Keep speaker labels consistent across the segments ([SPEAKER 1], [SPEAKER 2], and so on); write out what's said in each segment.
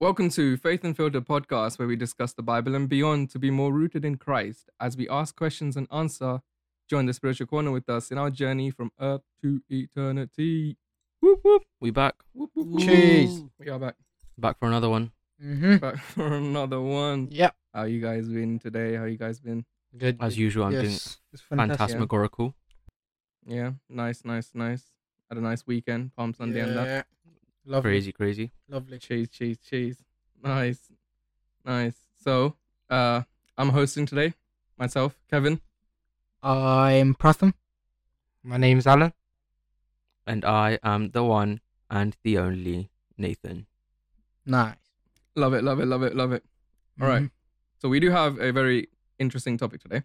[SPEAKER 1] Welcome to Faith and Filter podcast, where we discuss the Bible and beyond to be more rooted in Christ as we ask questions and answer. Join the spiritual corner with us in our journey from earth to eternity. Whoop, whoop.
[SPEAKER 2] We back,
[SPEAKER 1] Whoop, whoop, whoop.
[SPEAKER 3] Cheese.
[SPEAKER 1] We are back.
[SPEAKER 2] back for another one.
[SPEAKER 3] Mm-hmm.
[SPEAKER 1] Back for another one.
[SPEAKER 3] Yep.
[SPEAKER 1] How you guys been today? How you guys been?
[SPEAKER 3] Good.
[SPEAKER 2] As usual, I'm doing
[SPEAKER 3] yes.
[SPEAKER 1] It's
[SPEAKER 2] phantasmagorical.
[SPEAKER 1] Yeah. Nice, nice, nice. Had a nice weekend. Palm Sunday and that.
[SPEAKER 3] Yeah. Lovely.
[SPEAKER 2] Crazy, crazy.
[SPEAKER 3] Lovely.
[SPEAKER 1] Cheese, cheese, cheese. Nice. Nice. So, uh, I'm hosting today. Myself, Kevin.
[SPEAKER 3] I'm Pratham.
[SPEAKER 4] My name's Alan.
[SPEAKER 2] And I am the one and the only Nathan.
[SPEAKER 3] Nice.
[SPEAKER 1] Love it, love it, love it, love it. All right. So we do have a very interesting topic today.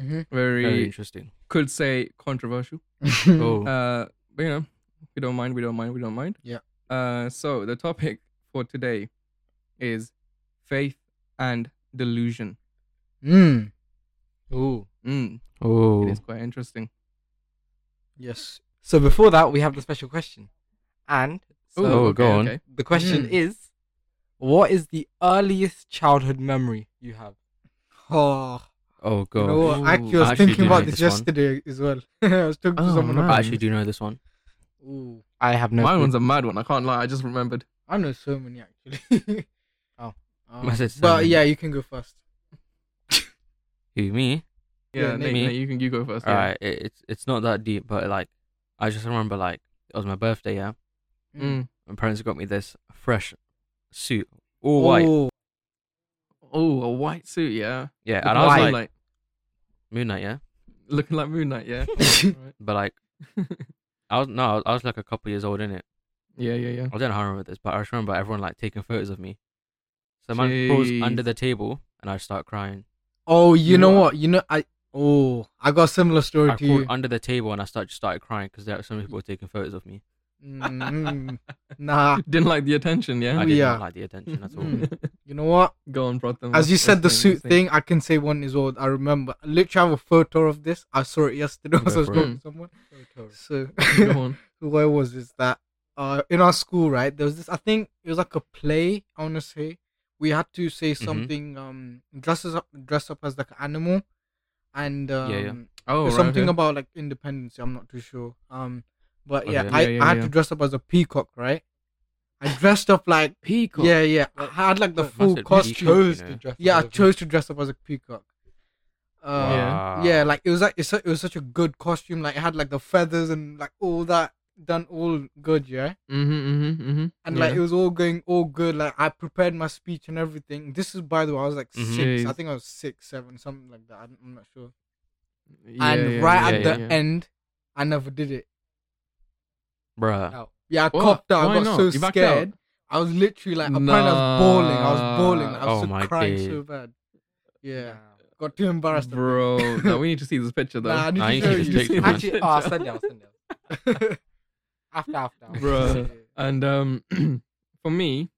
[SPEAKER 3] Mm-hmm.
[SPEAKER 1] Very,
[SPEAKER 2] Very interesting.
[SPEAKER 1] could say controversial.
[SPEAKER 3] Mm-hmm. Mm.
[SPEAKER 2] Oh,
[SPEAKER 1] Uh, but you know, we don't mind. We don't mind. We don't mind.
[SPEAKER 3] Yeah.
[SPEAKER 1] Uh, so the topic for today is faith and delusion.
[SPEAKER 3] mm. Ooh.
[SPEAKER 1] Mm,
[SPEAKER 2] oh,
[SPEAKER 1] it is quite interesting.
[SPEAKER 3] Yes.
[SPEAKER 4] So before that, we have the special question, and
[SPEAKER 1] Ooh,
[SPEAKER 4] so
[SPEAKER 2] Oh, go on.
[SPEAKER 4] the question
[SPEAKER 3] Mm.
[SPEAKER 4] is, what is the earliest childhood memory you have?
[SPEAKER 3] Oh,
[SPEAKER 2] oh
[SPEAKER 3] you know
[SPEAKER 2] god.
[SPEAKER 3] what? Actually, I
[SPEAKER 2] I
[SPEAKER 3] was
[SPEAKER 2] actually
[SPEAKER 3] thinking
[SPEAKER 2] do
[SPEAKER 3] about
[SPEAKER 2] like
[SPEAKER 3] this,
[SPEAKER 2] this one.
[SPEAKER 3] yesterday as well. I was talking to
[SPEAKER 2] Oh,
[SPEAKER 3] someone
[SPEAKER 2] man. I
[SPEAKER 3] about
[SPEAKER 2] actually do know this one.
[SPEAKER 3] it. Ooh.
[SPEAKER 4] I have no.
[SPEAKER 1] Mine
[SPEAKER 4] clue.
[SPEAKER 1] one's a mad one. I can't lie. I just remembered.
[SPEAKER 3] I know so many actually.
[SPEAKER 4] Oh.
[SPEAKER 3] Um,
[SPEAKER 2] I said so
[SPEAKER 3] but
[SPEAKER 2] many.
[SPEAKER 3] yeah, you can go first.
[SPEAKER 2] Who me?
[SPEAKER 1] Yeah,
[SPEAKER 3] Yeah,
[SPEAKER 1] Nate,
[SPEAKER 2] me.
[SPEAKER 1] Nate, you can you go first. yeah.
[SPEAKER 2] Alright, it, it's it's not that deep, but like, I just remember like it was my birthday. Yeah,
[SPEAKER 1] Mm.
[SPEAKER 2] my parents got me this fresh suit, all white.
[SPEAKER 3] Oh,
[SPEAKER 1] Oh, a white suit. Yeah.
[SPEAKER 2] Yeah,
[SPEAKER 1] Looking
[SPEAKER 2] and I was
[SPEAKER 1] like,
[SPEAKER 2] like Moon Knight. Yeah,
[SPEAKER 1] looking like Moon Knight. Yeah.
[SPEAKER 3] Oh.
[SPEAKER 1] Right.
[SPEAKER 2] but like I was no, I was, I was like a couple years old in it.
[SPEAKER 1] Yeah, yeah, yeah.
[SPEAKER 2] I don't know how I remember this, but I just remember everyone like taking photos of me. So man crawls
[SPEAKER 1] Jeez.
[SPEAKER 2] under the table and I start crying.
[SPEAKER 3] oh, you,
[SPEAKER 1] You
[SPEAKER 3] know
[SPEAKER 1] are-
[SPEAKER 3] what? You know, I oh, I got a similar story
[SPEAKER 2] I
[SPEAKER 3] to
[SPEAKER 2] crawled
[SPEAKER 3] you.
[SPEAKER 2] under the table and I start just started crying because there are so many people taking photos of me.
[SPEAKER 3] Mm, nah,
[SPEAKER 1] Didn't like the attention. Yeah. Mm.
[SPEAKER 2] I did
[SPEAKER 3] Oh, yeah.
[SPEAKER 2] not like the attention at all.
[SPEAKER 3] Mm. you know what?
[SPEAKER 1] Go on, brother.
[SPEAKER 3] As you
[SPEAKER 1] What's-
[SPEAKER 3] said, the
[SPEAKER 1] what's name?
[SPEAKER 3] suit thing, I can say one is old. I remember. I literally have a photo of this. I saw it yesterday
[SPEAKER 2] Go
[SPEAKER 3] as I was
[SPEAKER 2] for it.
[SPEAKER 3] talking to someone. So,
[SPEAKER 1] Go on.
[SPEAKER 3] where was is that? Uh, in our school, right? There was this. I think it was like a play. I want to say we had to say
[SPEAKER 2] Mhm.
[SPEAKER 3] something. Um, dresses up, dress up as like an animal, and um,
[SPEAKER 2] yeah.
[SPEAKER 1] Oh,
[SPEAKER 3] there's
[SPEAKER 1] right,
[SPEAKER 3] something
[SPEAKER 1] okay.
[SPEAKER 3] about like independence. I'm not too sure. Um, but yeah,
[SPEAKER 2] Okay.
[SPEAKER 3] I,
[SPEAKER 1] Yeah, yeah,
[SPEAKER 3] I had
[SPEAKER 1] yeah.
[SPEAKER 3] to dress up as a peacock, right? I dressed up like
[SPEAKER 1] peacock.
[SPEAKER 3] yeah, yeah. I had like the
[SPEAKER 2] Must
[SPEAKER 3] full
[SPEAKER 2] have been
[SPEAKER 3] costume.
[SPEAKER 2] peacock, you know.
[SPEAKER 3] Yeah, I chose to dress up as a peacock. Uh,
[SPEAKER 1] Yeah.
[SPEAKER 2] Wow.
[SPEAKER 3] yeah. like it was like it's, su- it was such a good costume. Like it had like the feathers and like all that done all good, yeah.
[SPEAKER 1] Mm-hmm, mm-hmm, mm-hmm.
[SPEAKER 3] And like it was all going all good. Like I prepared my speech and everything. This is by the way, I was like
[SPEAKER 1] Mm-hmm.
[SPEAKER 2] Mhm.
[SPEAKER 3] six. I
[SPEAKER 1] Jeez.
[SPEAKER 3] think I was six, seven, something like that. I'm I'm not sure. and right
[SPEAKER 2] yeah,
[SPEAKER 3] at
[SPEAKER 2] yeah,
[SPEAKER 3] the end, I never did it.
[SPEAKER 2] Bruh.
[SPEAKER 3] No. Yeah, I
[SPEAKER 1] What?
[SPEAKER 3] copped out.
[SPEAKER 1] Why
[SPEAKER 3] I got
[SPEAKER 1] not?
[SPEAKER 3] so
[SPEAKER 1] You backed out?
[SPEAKER 3] scared. I was literally like, apparently I was bawling. I was bawling. I
[SPEAKER 2] Nah.
[SPEAKER 3] was
[SPEAKER 2] Oh my
[SPEAKER 3] so crying
[SPEAKER 2] days.
[SPEAKER 3] so bad. Yeah, got too embarrassed. of it.
[SPEAKER 1] Bro, no, we need to see this picture though.
[SPEAKER 3] Nah, I need
[SPEAKER 2] Nah,
[SPEAKER 3] to
[SPEAKER 2] you
[SPEAKER 3] show
[SPEAKER 2] can just
[SPEAKER 3] you.
[SPEAKER 2] take it, man.
[SPEAKER 4] Actually, oh, I'll send it. I'll send it. after, after. after.
[SPEAKER 1] Bruh. and um, for me,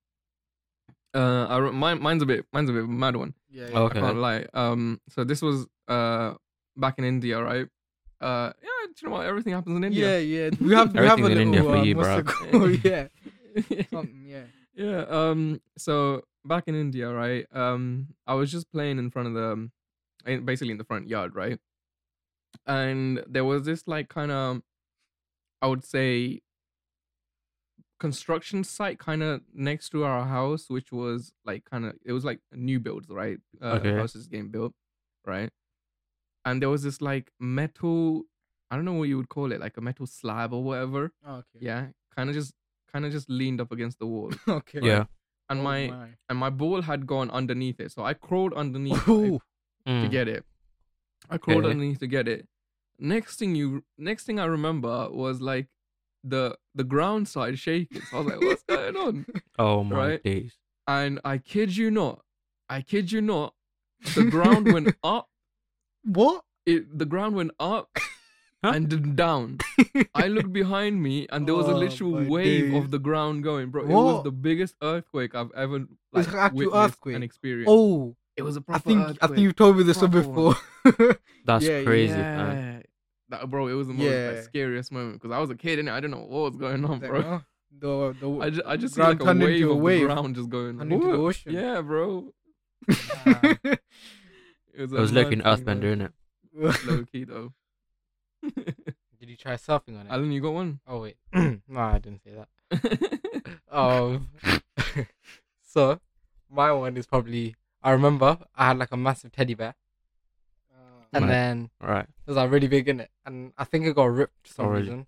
[SPEAKER 1] uh, I, re- mine, mine's a bit, mine's a bit of a mad one.
[SPEAKER 3] Yeah, yeah.
[SPEAKER 1] I can't
[SPEAKER 2] Okay.
[SPEAKER 1] lie. Um, so this was uh back in India, right? Uh, yeah, do you know what? Everything happens in India.
[SPEAKER 3] yeah, yeah. We have we have a
[SPEAKER 2] Everything's in India
[SPEAKER 3] little
[SPEAKER 2] for
[SPEAKER 3] uh,
[SPEAKER 2] you,
[SPEAKER 3] what's
[SPEAKER 1] bruh.
[SPEAKER 3] it called? yeah,
[SPEAKER 1] Yeah.
[SPEAKER 3] something, yeah.
[SPEAKER 1] yeah. Um. So back in India, right? Um, I was just playing in front of the, um, in- basically in the front yard, right? And there was this like kind of, I would say, construction site kind of next to our house, which was like kind of it was like new builds, right? Uh,
[SPEAKER 2] Okay.
[SPEAKER 1] Houses getting built, right? And there was this like metal, I don't know what you would call it, like a metal slab or whatever.
[SPEAKER 3] Oh, okay.
[SPEAKER 1] Yeah, kind of just kind of just leaned up against the wall
[SPEAKER 3] Okay.
[SPEAKER 2] Yeah.
[SPEAKER 1] and
[SPEAKER 3] Oh
[SPEAKER 1] my, and my ball had gone underneath it. So I crawled underneath it
[SPEAKER 3] Ooh.
[SPEAKER 1] to
[SPEAKER 3] Hmm.
[SPEAKER 2] Mm.
[SPEAKER 1] get it. I crawled
[SPEAKER 2] Okay.
[SPEAKER 1] underneath to get it. Next thing you next thing I remember was like the the ground side shaking. So I was like, what's going on?
[SPEAKER 2] Oh my
[SPEAKER 1] Right?
[SPEAKER 2] days.
[SPEAKER 1] And I kid you not, I kid you not, the ground went up.
[SPEAKER 3] What?
[SPEAKER 1] It the ground went up
[SPEAKER 2] Huh?
[SPEAKER 1] and then down. I looked behind me and there was a
[SPEAKER 3] Oh,
[SPEAKER 1] literal
[SPEAKER 3] my
[SPEAKER 1] wave
[SPEAKER 3] days.
[SPEAKER 1] of the ground going, bro. It was
[SPEAKER 3] What?
[SPEAKER 1] the biggest earthquake I've ever like,
[SPEAKER 3] It's an actual
[SPEAKER 1] witnessed
[SPEAKER 3] earthquake.
[SPEAKER 1] and experienced.
[SPEAKER 3] Oh,
[SPEAKER 1] It was a
[SPEAKER 3] I
[SPEAKER 1] proper
[SPEAKER 3] think I
[SPEAKER 1] earthquake.
[SPEAKER 3] think you told me this one
[SPEAKER 1] Proper
[SPEAKER 3] before.
[SPEAKER 1] one.
[SPEAKER 2] That's
[SPEAKER 3] Yeah,
[SPEAKER 2] crazy. man.
[SPEAKER 1] That, bro, it was the most like,
[SPEAKER 3] Yeah.
[SPEAKER 1] scariest moment because I was a kid and I didn't know what was going on,
[SPEAKER 3] Like,
[SPEAKER 1] bro.
[SPEAKER 3] huh? the the
[SPEAKER 1] I just, I just see
[SPEAKER 3] ground
[SPEAKER 1] like a
[SPEAKER 3] turned
[SPEAKER 1] wave
[SPEAKER 3] into a
[SPEAKER 1] of
[SPEAKER 3] wave,
[SPEAKER 1] the ground just going.
[SPEAKER 3] turned into the
[SPEAKER 1] "Whoa,
[SPEAKER 3] ocean.
[SPEAKER 1] Yeah, bro.
[SPEAKER 4] Uh,
[SPEAKER 1] It was,
[SPEAKER 2] I was looking Earthbender, innit?
[SPEAKER 1] Low key though.
[SPEAKER 4] Did you try surfing on it?
[SPEAKER 1] Alan, you got one?
[SPEAKER 4] Oh wait, no, I didn't say that. Um, so my one is probably. I remember I had like a massive teddy bear,
[SPEAKER 3] Uh,
[SPEAKER 4] and
[SPEAKER 2] Right.
[SPEAKER 4] then
[SPEAKER 2] Right.
[SPEAKER 4] it was like really big in it, and I think it got ripped for some
[SPEAKER 2] Oh, really?
[SPEAKER 4] reason.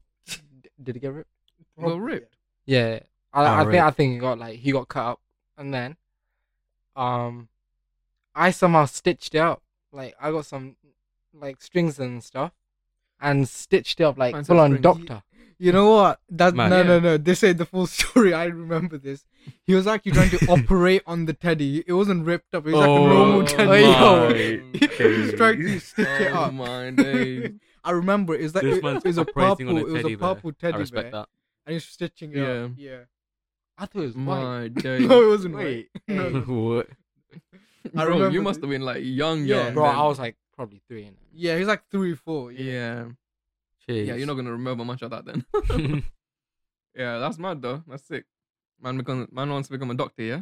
[SPEAKER 4] D- Did it get ripped?
[SPEAKER 1] Well, ripped.
[SPEAKER 4] Yeah, I,
[SPEAKER 1] Oh,
[SPEAKER 2] Ah,
[SPEAKER 4] I think
[SPEAKER 2] right.
[SPEAKER 4] I think he got like he got cut up, and then, um, I somehow stitched it up. Like I got some, like strings and stuff, and stitched it up like
[SPEAKER 1] Fancy
[SPEAKER 4] full on
[SPEAKER 1] strings.
[SPEAKER 4] doctor.
[SPEAKER 3] You know what? That
[SPEAKER 2] Man.
[SPEAKER 3] no no
[SPEAKER 1] Yeah.
[SPEAKER 3] no. This ain't the full story. I remember this. He was actually trying to operate on the teddy. It wasn't ripped up. It was like a normal
[SPEAKER 2] Oh
[SPEAKER 3] teddy.
[SPEAKER 2] my
[SPEAKER 3] he was trying to
[SPEAKER 2] days.
[SPEAKER 3] stitch it
[SPEAKER 1] Oh
[SPEAKER 3] up.
[SPEAKER 1] my days.
[SPEAKER 3] I remember it was like
[SPEAKER 2] This
[SPEAKER 3] it,
[SPEAKER 2] man's
[SPEAKER 3] was a
[SPEAKER 2] operating
[SPEAKER 3] purple.
[SPEAKER 2] on a
[SPEAKER 3] It was
[SPEAKER 2] teddy
[SPEAKER 3] a
[SPEAKER 2] bear.
[SPEAKER 3] purple
[SPEAKER 2] I
[SPEAKER 3] teddy bear,
[SPEAKER 2] respect that.
[SPEAKER 3] and he's stitching it up. Yeah.
[SPEAKER 4] I thought it
[SPEAKER 1] Mm.
[SPEAKER 4] was
[SPEAKER 1] My
[SPEAKER 4] white.
[SPEAKER 1] days.
[SPEAKER 3] No, it wasn't. Wait.
[SPEAKER 4] Wait,
[SPEAKER 3] No,
[SPEAKER 4] hey,
[SPEAKER 2] what?
[SPEAKER 3] I
[SPEAKER 1] Bro,
[SPEAKER 3] remember
[SPEAKER 1] you must
[SPEAKER 3] this.
[SPEAKER 1] have been like young,
[SPEAKER 3] Yeah.
[SPEAKER 1] young.
[SPEAKER 4] bro,
[SPEAKER 1] then.
[SPEAKER 4] I was like probably three in it.
[SPEAKER 3] Yeah, he's like three, four. Yeah.
[SPEAKER 1] Yeah.
[SPEAKER 2] Jeez.
[SPEAKER 1] Yeah, you're not gonna remember much of that then. yeah, that's mad though. That's sick. Man, become, man wants to become a doctor. Yeah.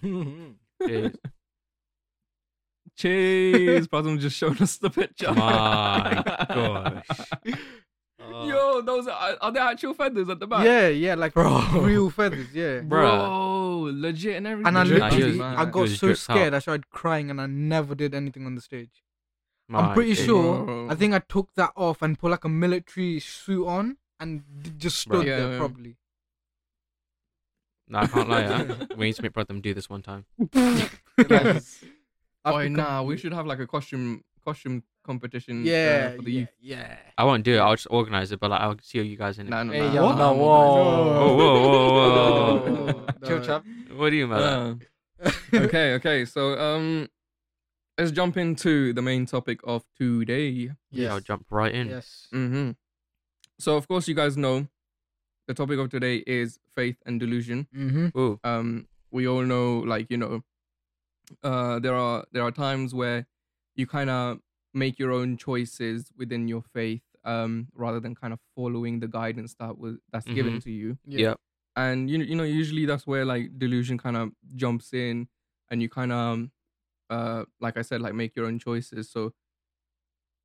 [SPEAKER 2] Jeez.
[SPEAKER 1] Cheers. Prasum just showed us the picture.
[SPEAKER 2] My gosh.
[SPEAKER 1] Yo, those are, are they actual feathers at the back?
[SPEAKER 3] Yeah, yeah, like
[SPEAKER 4] Bro.
[SPEAKER 3] real feathers. Yeah.
[SPEAKER 2] Bruh.
[SPEAKER 1] Bro, legit and everything.
[SPEAKER 3] And I
[SPEAKER 2] Nah, he was-
[SPEAKER 3] literally,
[SPEAKER 2] man,
[SPEAKER 3] I
[SPEAKER 2] he
[SPEAKER 3] got
[SPEAKER 2] was
[SPEAKER 3] so
[SPEAKER 2] dripped
[SPEAKER 3] scared I started crying, and I never did anything on the stage. I'm
[SPEAKER 2] My
[SPEAKER 3] pretty
[SPEAKER 2] days.
[SPEAKER 3] sure.
[SPEAKER 1] Bro.
[SPEAKER 3] I think I took that off and put like a military suit on and d- just
[SPEAKER 2] Bro.
[SPEAKER 3] stood
[SPEAKER 1] Yeah,
[SPEAKER 3] there
[SPEAKER 1] yeah.
[SPEAKER 3] probably.
[SPEAKER 2] No, I can't lie. huh? we need to make Pratham do this one time.
[SPEAKER 3] I've
[SPEAKER 1] Oh,
[SPEAKER 3] become-
[SPEAKER 1] nah, we should have like a costume costume competition. uh,
[SPEAKER 3] Yeah,
[SPEAKER 1] for the
[SPEAKER 3] yeah,
[SPEAKER 1] youth.
[SPEAKER 3] yeah.
[SPEAKER 2] I won't do it. I'll just organize it, but like, I'll see you guys in it.
[SPEAKER 1] Nah, no,
[SPEAKER 4] Hey,
[SPEAKER 1] nah,
[SPEAKER 4] yo,
[SPEAKER 1] nah,
[SPEAKER 4] no,
[SPEAKER 1] nah,
[SPEAKER 4] whoa.
[SPEAKER 2] Oh,
[SPEAKER 3] whoa.
[SPEAKER 2] whoa, whoa, whoa, whoa.
[SPEAKER 1] Whoa.
[SPEAKER 4] Chill, chap.
[SPEAKER 2] What do you mean?
[SPEAKER 1] Uh, okay, okay. So um, let's jump into the main topic of today.
[SPEAKER 2] Yeah, I'll
[SPEAKER 3] Yes.
[SPEAKER 2] jump right in.
[SPEAKER 3] Yes.
[SPEAKER 1] Mm-hmm. So of course you guys know, the topic of today is faith and delusion.
[SPEAKER 3] Mm-hmm.
[SPEAKER 2] Ooh,
[SPEAKER 1] Um, we all know, like you know, uh, there are there are times where you kind of make your own choices within your faith, um, rather than kind of following the guidance that was that's given
[SPEAKER 2] Mhm.
[SPEAKER 1] to you.
[SPEAKER 2] yeah.
[SPEAKER 1] and you you know usually that's where like delusion kind of jumps in and you kind of um, uh like i said like make your own choices so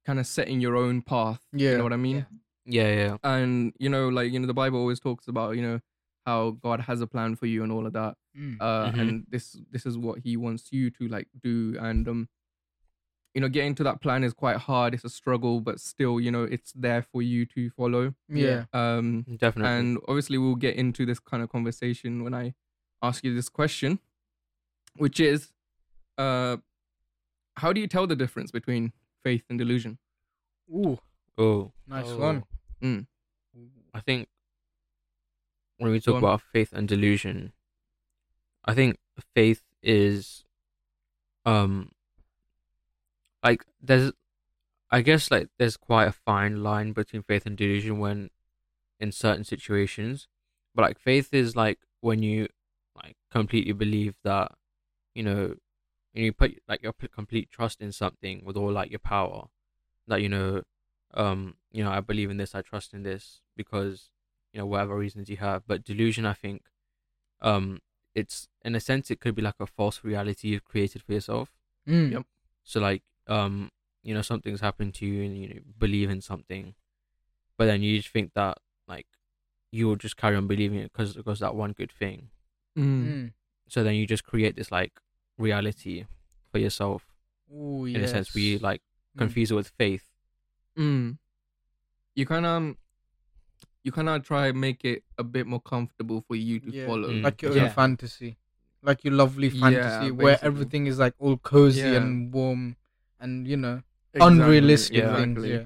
[SPEAKER 1] kind of setting your own path you
[SPEAKER 3] Yeah,
[SPEAKER 1] know what i mean
[SPEAKER 2] Yeah, yeah.
[SPEAKER 1] and you know like you know the bible always talks about you know how god has a plan for you and all of that
[SPEAKER 3] Mm.
[SPEAKER 1] uh
[SPEAKER 2] Mhm.
[SPEAKER 1] and this this is what he wants you to like do and um you know getting to that plan is quite hard it's a struggle but still you know it's there for you to follow
[SPEAKER 3] Yeah.
[SPEAKER 1] um
[SPEAKER 2] Definitely.
[SPEAKER 1] and obviously, we'll get into this kind of conversation when I ask you this question, which is uh, how do you tell the difference between faith and delusion?
[SPEAKER 3] Ooh,
[SPEAKER 2] oh,
[SPEAKER 3] nice
[SPEAKER 4] Oh.
[SPEAKER 3] one.
[SPEAKER 1] Mm.
[SPEAKER 2] I think when we
[SPEAKER 1] Go
[SPEAKER 2] talk
[SPEAKER 1] on.
[SPEAKER 2] about faith and delusion, I think faith is, um, like there's, I guess like there's quite a fine line between faith and delusion when, in certain situations, but like faith is like when you, like completely believe that, you know, when you put like your p- complete trust in something with all like your power, that you know, um, you know, I believe in this, I trust in this because, you know, whatever reasons you have. But delusion, I think, um, it's in a sense it could be like a false reality you've created for yourself.
[SPEAKER 3] Mm.
[SPEAKER 1] Yep.
[SPEAKER 2] So like, um, you know, something's happened to you and you know, believe in something, but then you just think that like you will just carry on believing it because because that one good thing.
[SPEAKER 3] Mm.
[SPEAKER 2] So then you just create this like reality for yourself.
[SPEAKER 3] Ooh,
[SPEAKER 2] In a sense, we
[SPEAKER 3] yes.
[SPEAKER 2] like
[SPEAKER 3] Mm.
[SPEAKER 2] confuse it with faith.
[SPEAKER 1] Mm. You kind of. You kind of try make it a bit more comfortable for you to
[SPEAKER 3] Yeah.
[SPEAKER 1] follow.
[SPEAKER 2] Mm.
[SPEAKER 3] like your own
[SPEAKER 4] Yeah.
[SPEAKER 3] fantasy, like your lovely
[SPEAKER 1] Yeah,
[SPEAKER 3] fantasy where
[SPEAKER 1] basically.
[SPEAKER 3] everything is like all cozy
[SPEAKER 1] Yeah.
[SPEAKER 3] and warm and you know
[SPEAKER 1] Exactly,
[SPEAKER 3] unrealistic
[SPEAKER 2] yeah.
[SPEAKER 3] things. Yeah.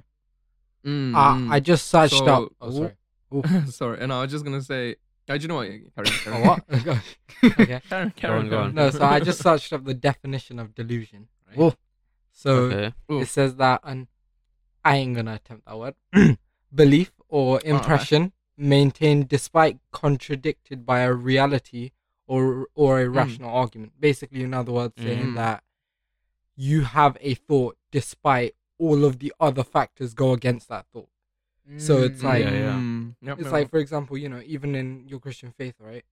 [SPEAKER 1] Mm,
[SPEAKER 4] Ah, I
[SPEAKER 1] mm.
[SPEAKER 4] just searched
[SPEAKER 1] So-
[SPEAKER 4] up.
[SPEAKER 1] Oh,
[SPEAKER 4] Oh, sorry.
[SPEAKER 1] sorry, and I was just gonna say, I do you know what? Carry on, carry
[SPEAKER 4] Oh,
[SPEAKER 1] on.
[SPEAKER 4] what?
[SPEAKER 1] Carry
[SPEAKER 4] okay.
[SPEAKER 1] on, carry
[SPEAKER 2] Go
[SPEAKER 1] on,
[SPEAKER 2] on,
[SPEAKER 1] carry
[SPEAKER 2] go
[SPEAKER 1] on.
[SPEAKER 2] on.
[SPEAKER 4] No, so I just searched up the definition of delusion. Right?
[SPEAKER 3] Oh.
[SPEAKER 4] So
[SPEAKER 2] Okay.
[SPEAKER 1] Ooh.
[SPEAKER 4] it says that an I ain't gonna attempt that word. belief or impression maintained despite contradicted by a reality or or
[SPEAKER 1] Hmm.
[SPEAKER 4] a rational argument. Basically, in other words, saying
[SPEAKER 1] Mhm.
[SPEAKER 4] that you have a thought despite all of the other factors go against that thought. So it's
[SPEAKER 3] Mm.
[SPEAKER 4] like-
[SPEAKER 2] Yeah, yeah.
[SPEAKER 1] Mm, yep,
[SPEAKER 4] It's
[SPEAKER 1] yep,
[SPEAKER 4] like,
[SPEAKER 1] yep.
[SPEAKER 4] for example, you know, even in your Christian faith, right?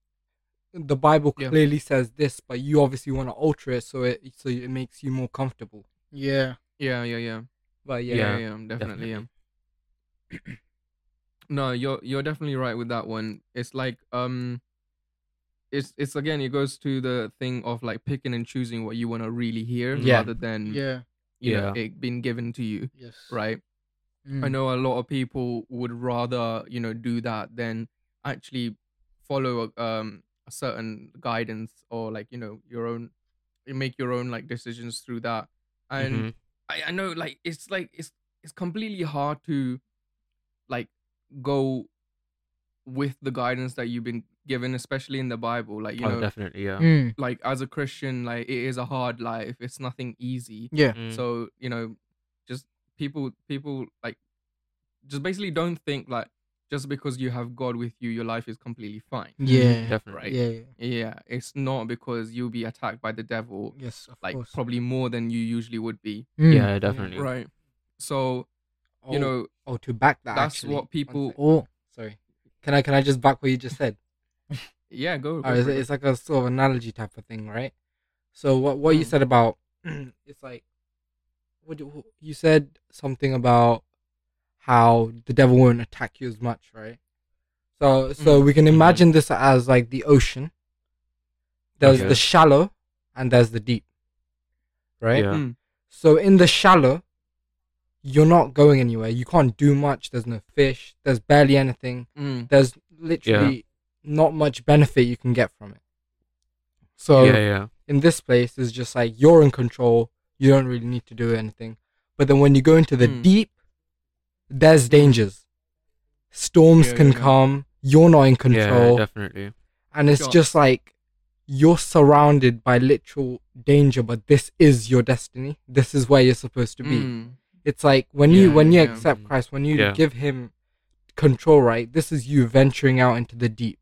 [SPEAKER 4] The Bible
[SPEAKER 1] Yeah.
[SPEAKER 4] clearly says this, but you obviously want to alter it so it so it makes you more comfortable.
[SPEAKER 3] yeah,
[SPEAKER 1] yeah, yeah, yeah.
[SPEAKER 4] But yeah,
[SPEAKER 1] yeah, yeah,
[SPEAKER 2] Yeah,
[SPEAKER 1] yeah, definitely, yeah. no, you're you're definitely right with that one. It's like um, it's it's again it goes to the thing of like picking and choosing what you want to really hear
[SPEAKER 2] Yeah.
[SPEAKER 1] rather than
[SPEAKER 3] yeah,
[SPEAKER 1] you know
[SPEAKER 2] Yeah.
[SPEAKER 1] it being given to you,
[SPEAKER 3] yes,
[SPEAKER 1] right? I
[SPEAKER 3] Mm.
[SPEAKER 1] know a lot of people would rather you know do that than actually follow a, um a certain guidance or like you know your own you make your own like decisions through that and
[SPEAKER 2] Mhm.
[SPEAKER 1] I, I know like it's like it's it's completely hard to like go with the guidance that you've been given especially in the bible like you
[SPEAKER 2] oh,
[SPEAKER 1] know
[SPEAKER 2] definitely, yeah.
[SPEAKER 3] Mm.
[SPEAKER 1] like as a christian like it is a hard life it's nothing easy
[SPEAKER 3] Yeah,
[SPEAKER 2] Mm.
[SPEAKER 1] so you know just people people like just basically don't think like just because you have god with you your life is completely fine
[SPEAKER 3] yeah,
[SPEAKER 2] definitely.
[SPEAKER 3] yeah, yeah.
[SPEAKER 1] yeah it's not because you'll be attacked by the devil
[SPEAKER 3] Yes, of
[SPEAKER 1] like
[SPEAKER 3] course.
[SPEAKER 1] probably more than you usually would be
[SPEAKER 3] Mm.
[SPEAKER 2] Yeah, definitely.
[SPEAKER 1] right so you
[SPEAKER 4] Oh,
[SPEAKER 1] know
[SPEAKER 4] oh, to back that.
[SPEAKER 1] that's
[SPEAKER 4] actually.
[SPEAKER 1] what
[SPEAKER 4] One
[SPEAKER 1] people-
[SPEAKER 4] sec.
[SPEAKER 3] Oh,
[SPEAKER 4] Sorry, can I can I just back what you just said?
[SPEAKER 1] Yeah, go. go
[SPEAKER 4] Uh, it's,
[SPEAKER 1] for it.
[SPEAKER 4] it's like a sort of analogy type of thing, right? So what what you
[SPEAKER 1] Mm.
[SPEAKER 4] said about it's like what do, wh- you said something about how the devil won't attack you as much, right? So so
[SPEAKER 1] Hmm.
[SPEAKER 4] we can
[SPEAKER 2] Mhm.
[SPEAKER 4] imagine this as like the ocean. There's
[SPEAKER 2] Okay.
[SPEAKER 4] the shallow and there's the deep. Right?
[SPEAKER 2] Yeah.
[SPEAKER 1] Mm.
[SPEAKER 4] So in the shallow you're not going anywhere. You can't do much. There's no fish. There's barely anything
[SPEAKER 1] Mm.
[SPEAKER 4] there's literally not much benefit you can get from it. So
[SPEAKER 2] yeah, yeah.
[SPEAKER 4] in this place, it's just like you're in control. You don't really need to do anything. But then when you go into the
[SPEAKER 1] Mm.
[SPEAKER 4] deep, there's dangers. Storms
[SPEAKER 1] Yeah,
[SPEAKER 4] can
[SPEAKER 1] yeah, yeah.
[SPEAKER 4] come. You're not in
[SPEAKER 2] Yeah,
[SPEAKER 4] control,
[SPEAKER 2] definitely.
[SPEAKER 4] and it's
[SPEAKER 1] Sure.
[SPEAKER 4] just like you're surrounded by literal danger. But this is your destiny. This is where you're supposed to be
[SPEAKER 1] Mm.
[SPEAKER 4] it's like when you
[SPEAKER 1] Yeah,
[SPEAKER 4] when you
[SPEAKER 1] yeah.
[SPEAKER 4] accept
[SPEAKER 2] Mhm.
[SPEAKER 4] Christ, when you
[SPEAKER 2] Yeah.
[SPEAKER 4] give him control, right? This is you venturing out into the deep,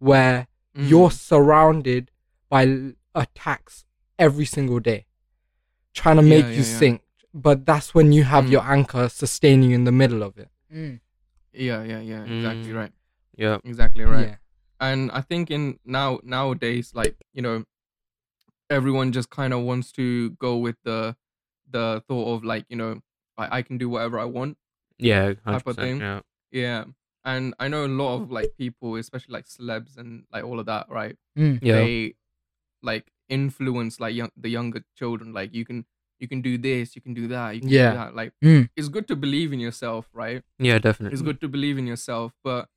[SPEAKER 4] where
[SPEAKER 1] Mm.
[SPEAKER 4] you're surrounded by l- attacks every single day, trying to
[SPEAKER 1] Yeah,
[SPEAKER 4] make
[SPEAKER 1] yeah,
[SPEAKER 4] you
[SPEAKER 1] yeah. Mm.
[SPEAKER 4] sink. But that's when you have your anchor sustaining you in the middle of it.
[SPEAKER 3] mm.
[SPEAKER 1] Yeah, yeah, yeah. Exactly
[SPEAKER 2] Mm.
[SPEAKER 1] right.
[SPEAKER 2] Yeah.
[SPEAKER 1] Exactly right.
[SPEAKER 4] Yeah.
[SPEAKER 1] And I think in now nowadays, like you know, everyone just kind of wants to go with the the thought of like you know, I, I can do whatever I want.
[SPEAKER 2] Yeah, 100%.
[SPEAKER 1] Type of thing.
[SPEAKER 2] Yeah.
[SPEAKER 1] Yeah. And I know a lot of like people, especially like celebs and like all of that, right?
[SPEAKER 3] Mm.
[SPEAKER 2] Yeah.
[SPEAKER 1] They like influence like young the younger children. Like you can you can do this, you can do that, you can
[SPEAKER 4] Yeah.
[SPEAKER 1] do that. Like
[SPEAKER 3] Mm.
[SPEAKER 1] it's good to believe in yourself, right?
[SPEAKER 2] yeah, definitely.
[SPEAKER 1] it's good
[SPEAKER 3] Mm-hmm.
[SPEAKER 1] to believe in yourself, but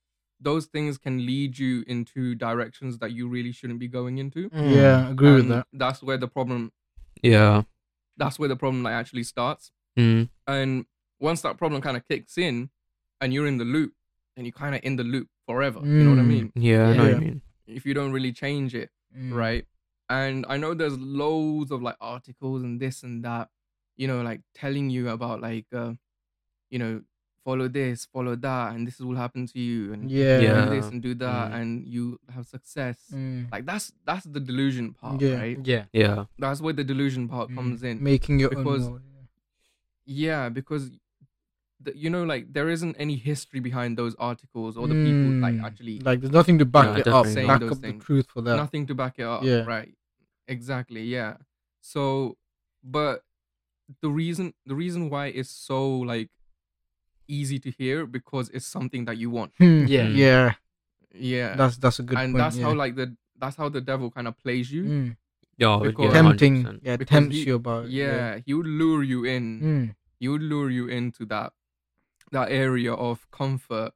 [SPEAKER 1] those things can lead you into directions that you really shouldn't be going into.
[SPEAKER 3] Yeah, Mm, agree with
[SPEAKER 1] And
[SPEAKER 3] that.
[SPEAKER 1] That's where the problem.
[SPEAKER 2] Yeah.
[SPEAKER 1] That's where the problem like actually starts.
[SPEAKER 2] Mm.
[SPEAKER 1] And once that problem kind of kicks in, and you're in the loop, then you're kind of in the loop forever. You know what I
[SPEAKER 3] Mm.
[SPEAKER 1] mean?
[SPEAKER 2] Yeah, I know what
[SPEAKER 3] Yeah.
[SPEAKER 2] you mean.
[SPEAKER 1] If you don't really change it,
[SPEAKER 3] Mm.
[SPEAKER 1] right? And I know there's loads of like articles and this and that, you know, like telling you about like, uh, you know, follow this, follow that, and this will happen to you, and
[SPEAKER 3] Yeah.
[SPEAKER 2] Yeah.
[SPEAKER 1] do this and do that
[SPEAKER 2] Mm.
[SPEAKER 1] and you have success
[SPEAKER 3] Mm.
[SPEAKER 1] like that's that's the delusion part
[SPEAKER 3] Yeah. Mm.
[SPEAKER 1] right
[SPEAKER 4] Yeah.
[SPEAKER 2] Yeah.
[SPEAKER 1] that's where the delusion part comes in
[SPEAKER 3] Making your
[SPEAKER 1] Because-
[SPEAKER 3] own world.
[SPEAKER 1] yeah because the, you know like there isn't any history behind those articles or the people like
[SPEAKER 3] Mm.
[SPEAKER 1] actually
[SPEAKER 3] Like there's nothing to back
[SPEAKER 2] Yeah,
[SPEAKER 3] it up,
[SPEAKER 2] definitely
[SPEAKER 1] not.
[SPEAKER 3] back
[SPEAKER 1] Saying
[SPEAKER 3] up
[SPEAKER 1] those
[SPEAKER 3] the
[SPEAKER 1] things.
[SPEAKER 3] truth for that.
[SPEAKER 1] nothing to back it up
[SPEAKER 3] Yeah.
[SPEAKER 1] right exactly yeah so but the reason the reason why it's so like easy to hear because it's something that you want
[SPEAKER 3] Hmm.
[SPEAKER 4] Yeah.
[SPEAKER 3] yeah,
[SPEAKER 1] yeah
[SPEAKER 3] that's that's a good
[SPEAKER 1] and
[SPEAKER 3] point.
[SPEAKER 1] that's
[SPEAKER 3] yeah.
[SPEAKER 1] how like the that's how the devil kind of plays you
[SPEAKER 3] Mm.
[SPEAKER 2] Yeah,
[SPEAKER 1] Because-
[SPEAKER 2] yeah,
[SPEAKER 3] tempting,
[SPEAKER 2] 100%.
[SPEAKER 3] yeah,
[SPEAKER 1] Because
[SPEAKER 3] tempts
[SPEAKER 1] you-
[SPEAKER 3] you about. it,
[SPEAKER 1] yeah he would lure you in
[SPEAKER 3] Mm.
[SPEAKER 1] he would lure you into that that area of comfort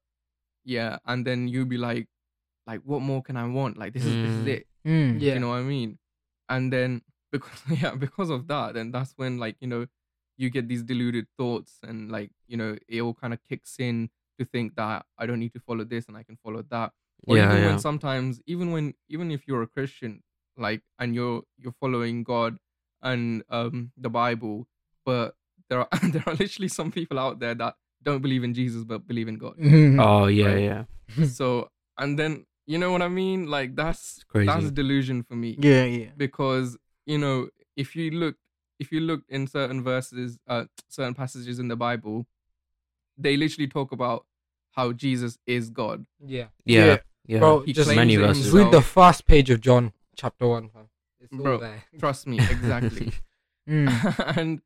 [SPEAKER 1] yeah and then you'd be like like what more can i want like this is this is
[SPEAKER 2] Mm.
[SPEAKER 1] it
[SPEAKER 3] Mm.
[SPEAKER 1] you
[SPEAKER 4] Yeah.
[SPEAKER 1] know what i mean and then because yeah because of that then that's when like you know you get these deluded thoughts and like you know it all kind of kicks in to think that i don't need to follow this and i can follow that or
[SPEAKER 2] Yeah,
[SPEAKER 1] even
[SPEAKER 2] yeah.
[SPEAKER 1] when sometimes even when even if you're a christian like and you're you're following god and um the bible but there are there are literally some people out there that don't believe in jesus but believe in god
[SPEAKER 3] Mhm.
[SPEAKER 2] Oh, yeah,
[SPEAKER 1] Right.
[SPEAKER 2] yeah.
[SPEAKER 1] so and then you know what i mean like that's
[SPEAKER 2] It's crazy.
[SPEAKER 1] that's delusion for me
[SPEAKER 3] yeah, yeah.
[SPEAKER 1] because you know if you look if you look in certain verses uh certain passages in the bible they literally talk about how Jesus is God.
[SPEAKER 4] Yeah.
[SPEAKER 2] yeah, yeah.
[SPEAKER 3] Yeah.
[SPEAKER 4] Bro,
[SPEAKER 1] He
[SPEAKER 4] just
[SPEAKER 1] claims
[SPEAKER 2] many
[SPEAKER 1] it
[SPEAKER 2] verses.
[SPEAKER 1] himself.
[SPEAKER 4] read the first page of John chapter 1. fam. It's all
[SPEAKER 1] Bro.
[SPEAKER 4] there.
[SPEAKER 1] Trust me, exactly.
[SPEAKER 3] Mm.
[SPEAKER 1] and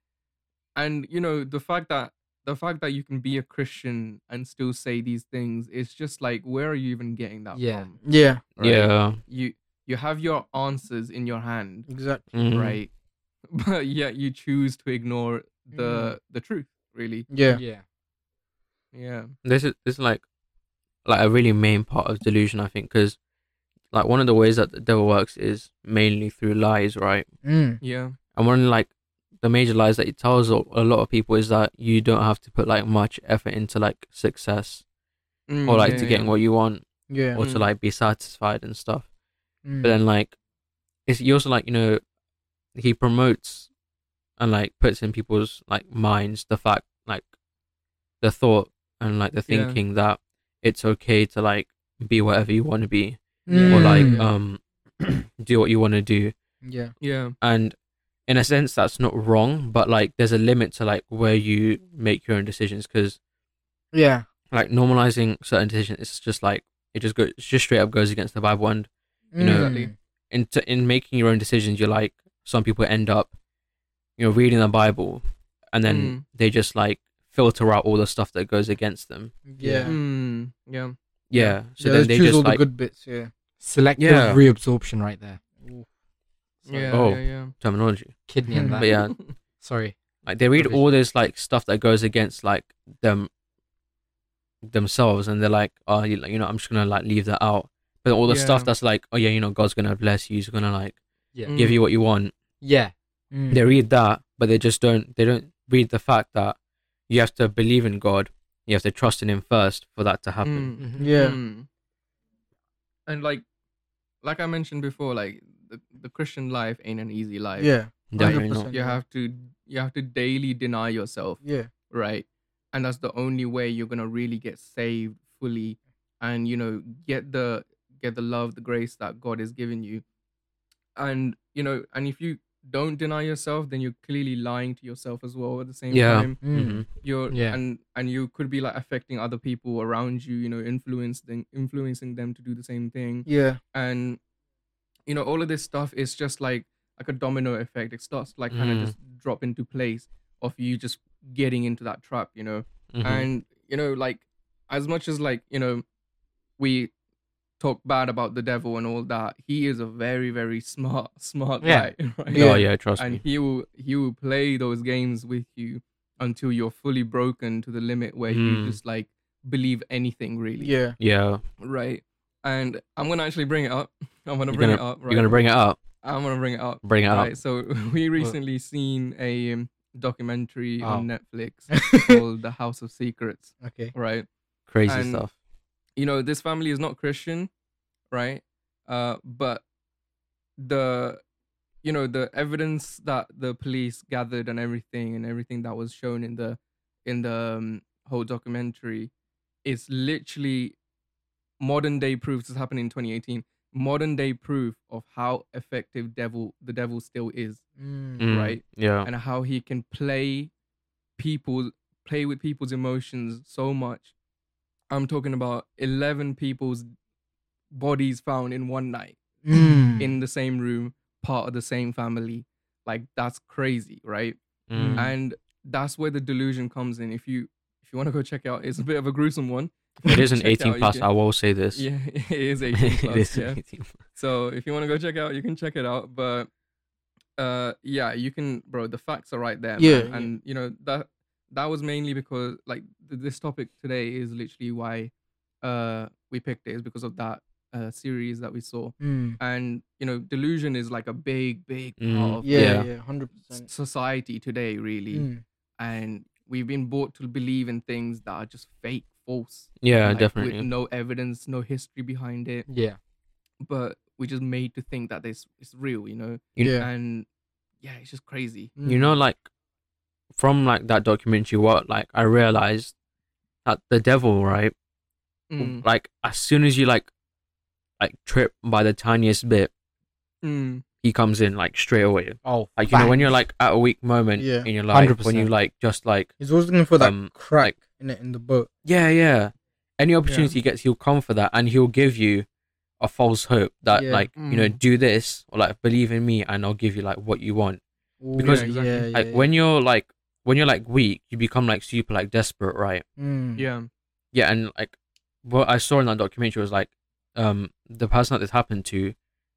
[SPEAKER 1] and you know the fact that the fact that you can be a Christian and still say these things, it's just like where are you even getting that
[SPEAKER 4] Yeah.
[SPEAKER 1] from?
[SPEAKER 3] Yeah,
[SPEAKER 1] right?
[SPEAKER 2] Yeah.
[SPEAKER 1] You you have your answers in your hand,
[SPEAKER 3] exactly.
[SPEAKER 2] Mhm.
[SPEAKER 1] right? But yet you choose to ignore
[SPEAKER 3] Mm-hmm. Mm.
[SPEAKER 1] the the truth, really.
[SPEAKER 3] Yeah.
[SPEAKER 4] Yeah.
[SPEAKER 1] Yeah.
[SPEAKER 2] this is this is like like a really main part of delusion i think because like one of the ways that the devil works is mainly through lies right
[SPEAKER 3] Mm.
[SPEAKER 1] Yeah.
[SPEAKER 2] and one of like the major lies that he tells a a lot of people is that you don't have to put like much effort into like success
[SPEAKER 1] Mm,
[SPEAKER 2] or like
[SPEAKER 1] yeah,
[SPEAKER 2] to
[SPEAKER 1] yeah.
[SPEAKER 2] getting what you want
[SPEAKER 3] Yeah.
[SPEAKER 2] or to
[SPEAKER 1] Mm.
[SPEAKER 2] like be satisfied and stuff
[SPEAKER 3] Mm.
[SPEAKER 2] but then like it's he also like you know he promotes and like puts in people's like minds the fact like the thought and like the
[SPEAKER 1] Yeah.
[SPEAKER 2] thinking that it's okay to like be whatever you want to be
[SPEAKER 1] Yeah.
[SPEAKER 2] or like
[SPEAKER 3] Mm.
[SPEAKER 2] um do what you want to do
[SPEAKER 3] yeah.
[SPEAKER 1] Yeah.
[SPEAKER 2] and in a sense that's not wrong but like there's a limit to like where you make your own decisions because
[SPEAKER 3] Yeah.
[SPEAKER 2] like normalizing certain decisions it's just like it just goes it's just straight up goes against the bible and You
[SPEAKER 3] Mm.
[SPEAKER 2] know,
[SPEAKER 1] Exactly.
[SPEAKER 2] in t- in making your own decisions, you're like some people end up, you know, reading the Bible, and then
[SPEAKER 1] Mm.
[SPEAKER 2] they just like filter out all the stuff that goes against them.
[SPEAKER 3] Yeah. Yeah.
[SPEAKER 1] Mm, yeah.
[SPEAKER 2] Yeah. So then
[SPEAKER 3] let's
[SPEAKER 2] they
[SPEAKER 3] choose
[SPEAKER 2] just
[SPEAKER 3] all
[SPEAKER 2] like
[SPEAKER 3] the good bits. Yeah.
[SPEAKER 4] Selective
[SPEAKER 2] Yeah.
[SPEAKER 4] reabsorption right there.
[SPEAKER 1] Yeah.
[SPEAKER 2] Oh.
[SPEAKER 1] Yeah. Yeah.
[SPEAKER 2] terminology,
[SPEAKER 4] Kidney and
[SPEAKER 3] But
[SPEAKER 2] but
[SPEAKER 4] that.
[SPEAKER 2] yeah,
[SPEAKER 4] Sorry.
[SPEAKER 2] like they read
[SPEAKER 4] Provision.
[SPEAKER 2] all this like stuff that goes against like them themselves, and they're like, oh, you, like, you know, I'm just gonna like leave that out. But all the stuff
[SPEAKER 1] Yeah.
[SPEAKER 2] that's like, oh yeah, you know, God's gonna bless you, He's gonna like
[SPEAKER 4] Yeah.
[SPEAKER 1] Mm.
[SPEAKER 2] give you what you want.
[SPEAKER 4] Yeah.
[SPEAKER 3] Mm.
[SPEAKER 2] they read that, but they just don't they don't read the fact that you have to believe in God, you have to trust in Him first for that to happen.
[SPEAKER 1] Mm.
[SPEAKER 4] Mhm.
[SPEAKER 3] Yeah.
[SPEAKER 1] Mm. And like, like I mentioned before, like the, the Christian life ain't an easy life.
[SPEAKER 3] Yeah.
[SPEAKER 2] Definitely not.
[SPEAKER 3] 100%.
[SPEAKER 1] You have to you have to daily deny yourself,
[SPEAKER 3] Yeah.
[SPEAKER 1] right? And that's the only way you're gonna really get saved fully, and you know get the get the love, the grace that God has given you. And you know, and if you don't deny yourself, then you're clearly lying to yourself as well. At the same
[SPEAKER 2] Yeah.
[SPEAKER 1] time,
[SPEAKER 2] hmm
[SPEAKER 1] you're
[SPEAKER 4] Yeah.
[SPEAKER 1] and and you could be like affecting other people around you you know influencing influencing them to do the same thing
[SPEAKER 3] Yeah.
[SPEAKER 1] and you know all of this stuff is just like like a domino effect it starts like kind
[SPEAKER 2] Mm.
[SPEAKER 1] of just drop into place of you just getting into that trap you know
[SPEAKER 2] Mm-hmm.
[SPEAKER 1] and you know like as much as like you know we talk bad about the devil and all that he is a very very smart smart
[SPEAKER 4] Yeah.
[SPEAKER 1] guy right?
[SPEAKER 2] Oh
[SPEAKER 3] Yeah.
[SPEAKER 2] yeah, trust
[SPEAKER 1] and
[SPEAKER 2] me.
[SPEAKER 1] he will he will play those games with you until you're fully broken to the limit where
[SPEAKER 2] Mm.
[SPEAKER 1] you just like believe anything really
[SPEAKER 3] Yeah.
[SPEAKER 2] Yeah,
[SPEAKER 1] right and i'm gonna actually bring it up i'm gonna
[SPEAKER 2] You're
[SPEAKER 1] bring it up right
[SPEAKER 2] you're gonna bring it up,
[SPEAKER 1] i'm gonna bring it up
[SPEAKER 2] bring it up.
[SPEAKER 1] right so we recently seen a um, documentary on
[SPEAKER 2] Oh.
[SPEAKER 1] netflix called the house of secrets
[SPEAKER 3] okay.
[SPEAKER 1] right
[SPEAKER 2] Crazy
[SPEAKER 1] and-
[SPEAKER 2] stuff.
[SPEAKER 1] you know this family is not christian right uh but the you know the evidence that the police gathered and everything and everything that was shown in the in the um, whole documentary is literally modern day proof this happened in 2018 modern day proof of how effective devil the devil still is
[SPEAKER 3] Mm.
[SPEAKER 2] Mm,
[SPEAKER 1] right.
[SPEAKER 2] Yeah.
[SPEAKER 1] and how he can play people play with people's emotions so much i'm talking about 11 people's bodies found in one night
[SPEAKER 2] Hmm.
[SPEAKER 3] Mm.
[SPEAKER 1] in the same room part of the same family like that's crazy right
[SPEAKER 2] Mm.
[SPEAKER 1] and that's where the delusion comes in if you if you want to go check out it's a bit of a gruesome one
[SPEAKER 2] It is an
[SPEAKER 1] Check it
[SPEAKER 2] 18
[SPEAKER 1] out, you
[SPEAKER 2] plus.
[SPEAKER 1] can-
[SPEAKER 2] I will say this.
[SPEAKER 1] yeah it is 18
[SPEAKER 2] it
[SPEAKER 1] plus
[SPEAKER 2] is
[SPEAKER 1] yeah
[SPEAKER 2] an 18 plus.
[SPEAKER 1] so if you want to go check it out, you can check it out. But uh, yeah, you can, bro. The facts are right there.
[SPEAKER 3] Yeah,
[SPEAKER 1] man.
[SPEAKER 3] yeah.
[SPEAKER 1] and you know that that was mainly because like th- this topic today is literally why uh we picked it is because of that uh series that we saw.
[SPEAKER 3] Mm.
[SPEAKER 1] And you know, delusion is like a big, big part
[SPEAKER 2] Mm,
[SPEAKER 1] of
[SPEAKER 2] Yeah.
[SPEAKER 3] Yeah. Yeah. Hundred
[SPEAKER 1] s-
[SPEAKER 3] percent.
[SPEAKER 1] society today, really.
[SPEAKER 3] Mm.
[SPEAKER 1] And we've been brought to believe in things that are just fake, false.
[SPEAKER 2] Yeah,
[SPEAKER 1] like,
[SPEAKER 2] definitely.
[SPEAKER 1] With no evidence, no history behind it
[SPEAKER 4] Yeah.
[SPEAKER 1] but we just made to think that this is real, you know.
[SPEAKER 2] You-
[SPEAKER 3] yeah.
[SPEAKER 1] And yeah, it's just crazy.
[SPEAKER 2] you know like from like that documentary what like i realized that the devil right
[SPEAKER 1] Mm,
[SPEAKER 2] like as soon as you like like trip by the tiniest bit
[SPEAKER 1] mm,
[SPEAKER 2] he comes in like straight away
[SPEAKER 4] Oh.
[SPEAKER 2] like you know when you're like at a weak moment
[SPEAKER 3] Yeah.
[SPEAKER 2] in your life when you
[SPEAKER 4] 100%.
[SPEAKER 2] like just like
[SPEAKER 3] He's always looking for that
[SPEAKER 2] um,
[SPEAKER 3] crack in it in the boat.
[SPEAKER 2] yeah yeah any opportunity he gets, he'll come for that, and he'll give you a false hope that
[SPEAKER 3] Yeah.
[SPEAKER 2] like you know
[SPEAKER 1] Mm.
[SPEAKER 2] do this or like believe in me, and I'll give you like what you want.
[SPEAKER 3] Ooh,
[SPEAKER 2] Because-
[SPEAKER 3] yeah,
[SPEAKER 1] exactly.
[SPEAKER 3] yeah,
[SPEAKER 2] Like
[SPEAKER 3] yeah,
[SPEAKER 2] when you're like when you're like weak, you become like super like desperate, right?
[SPEAKER 3] Mm.
[SPEAKER 1] yeah
[SPEAKER 2] yeah, and like what I saw in that documentary was like um the person that this happened to,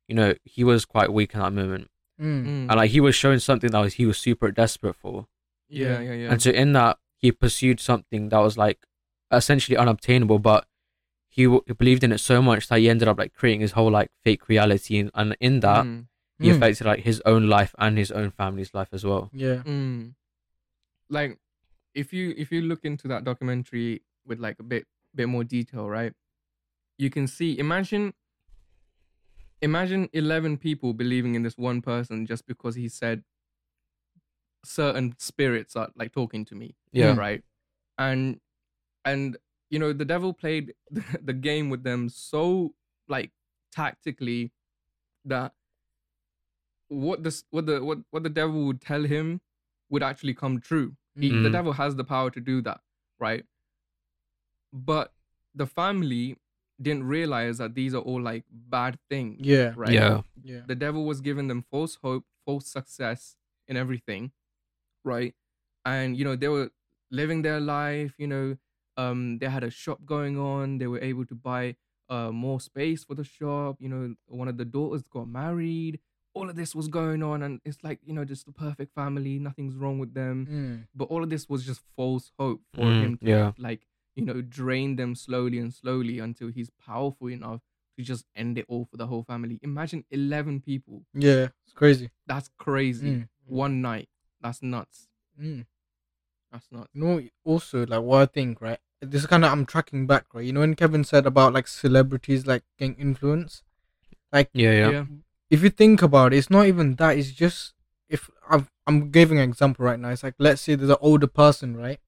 [SPEAKER 2] you know, he was quite weak in that moment,
[SPEAKER 3] Mm.
[SPEAKER 1] mm,
[SPEAKER 2] and like he was showing something that was he was super desperate for,
[SPEAKER 1] yeah yeah yeah
[SPEAKER 2] and so in that he pursued something that was like essentially unobtainable, but he, w- he believed in it so much that he ended up like creating his whole like fake reality, and, and in that
[SPEAKER 1] Mm,
[SPEAKER 2] he
[SPEAKER 3] Mm.
[SPEAKER 2] affected like his own life and his own family's life as well.
[SPEAKER 3] Yeah.
[SPEAKER 1] mm. like if you if you look into that documentary with like a bit bit more detail right you can see imagine imagine 11 people believing in this one person just because he said certain spirits are like talking to me
[SPEAKER 2] Yeah.
[SPEAKER 1] right and and you know the devil played the game with them so like tactically that what this what the what, what the devil would tell him would actually come true He- the
[SPEAKER 2] Mm.
[SPEAKER 1] devil has the power to do that right but the family didn't realize that these are all like bad things
[SPEAKER 3] Yeah.
[SPEAKER 1] right
[SPEAKER 2] Yeah.
[SPEAKER 3] Yeah.
[SPEAKER 1] the devil was giving them false hope, false success in everything, right? And you know they were living their life. You know, um, they had a shop going on. They were able to buy uh more space for the shop. You know, one of the daughters got married. All of this was going on, and it's like you know, just the perfect family. Nothing's wrong with them.
[SPEAKER 3] Mm.
[SPEAKER 1] But all of this was just false hope for
[SPEAKER 2] Mm,
[SPEAKER 1] him to
[SPEAKER 2] yeah.
[SPEAKER 1] like you know drain them slowly and slowly until he's powerful enough to just end it all for the whole family. Imagine eleven people.
[SPEAKER 3] Yeah. It's crazy.
[SPEAKER 1] That's crazy.
[SPEAKER 3] Mm.
[SPEAKER 1] One night. That's nuts.
[SPEAKER 3] Mm.
[SPEAKER 1] That's nuts.
[SPEAKER 3] You know, also like what I think, right? This is kind of I'm tracking back, right? You know, when Kevin said about like celebrities like getting influence,
[SPEAKER 2] Yeah, yeah,
[SPEAKER 1] Yeah.
[SPEAKER 3] if you think about it, it's not even that. It's just if I'm I'm giving an example right now. It's like let's say there's an older person, right,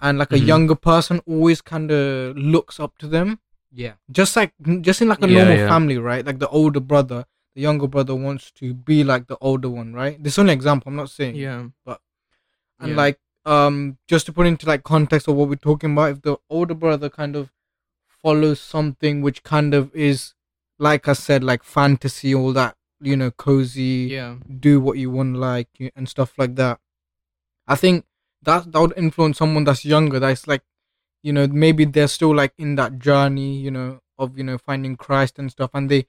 [SPEAKER 3] and like
[SPEAKER 2] Mhm.
[SPEAKER 3] a younger person always kind of looks up to them,
[SPEAKER 4] Yeah.
[SPEAKER 3] just like just in like a
[SPEAKER 2] Yeah,
[SPEAKER 3] normal
[SPEAKER 2] yeah.
[SPEAKER 3] family, right? Like the older brother, the younger brother wants to be like the older one, right? This is only example. I'm not saying
[SPEAKER 1] Yeah.
[SPEAKER 3] and
[SPEAKER 1] Yeah.
[SPEAKER 3] like um just to put into like context of what we're talking about if the older brother kind of follows something which kind of is like i said like fantasy all that you know cozy
[SPEAKER 1] Yeah.
[SPEAKER 3] do what you want like you- and stuff like that i think that that would influence someone that's younger that's like you know maybe they're still like in that journey you know of you know finding christ and stuff and they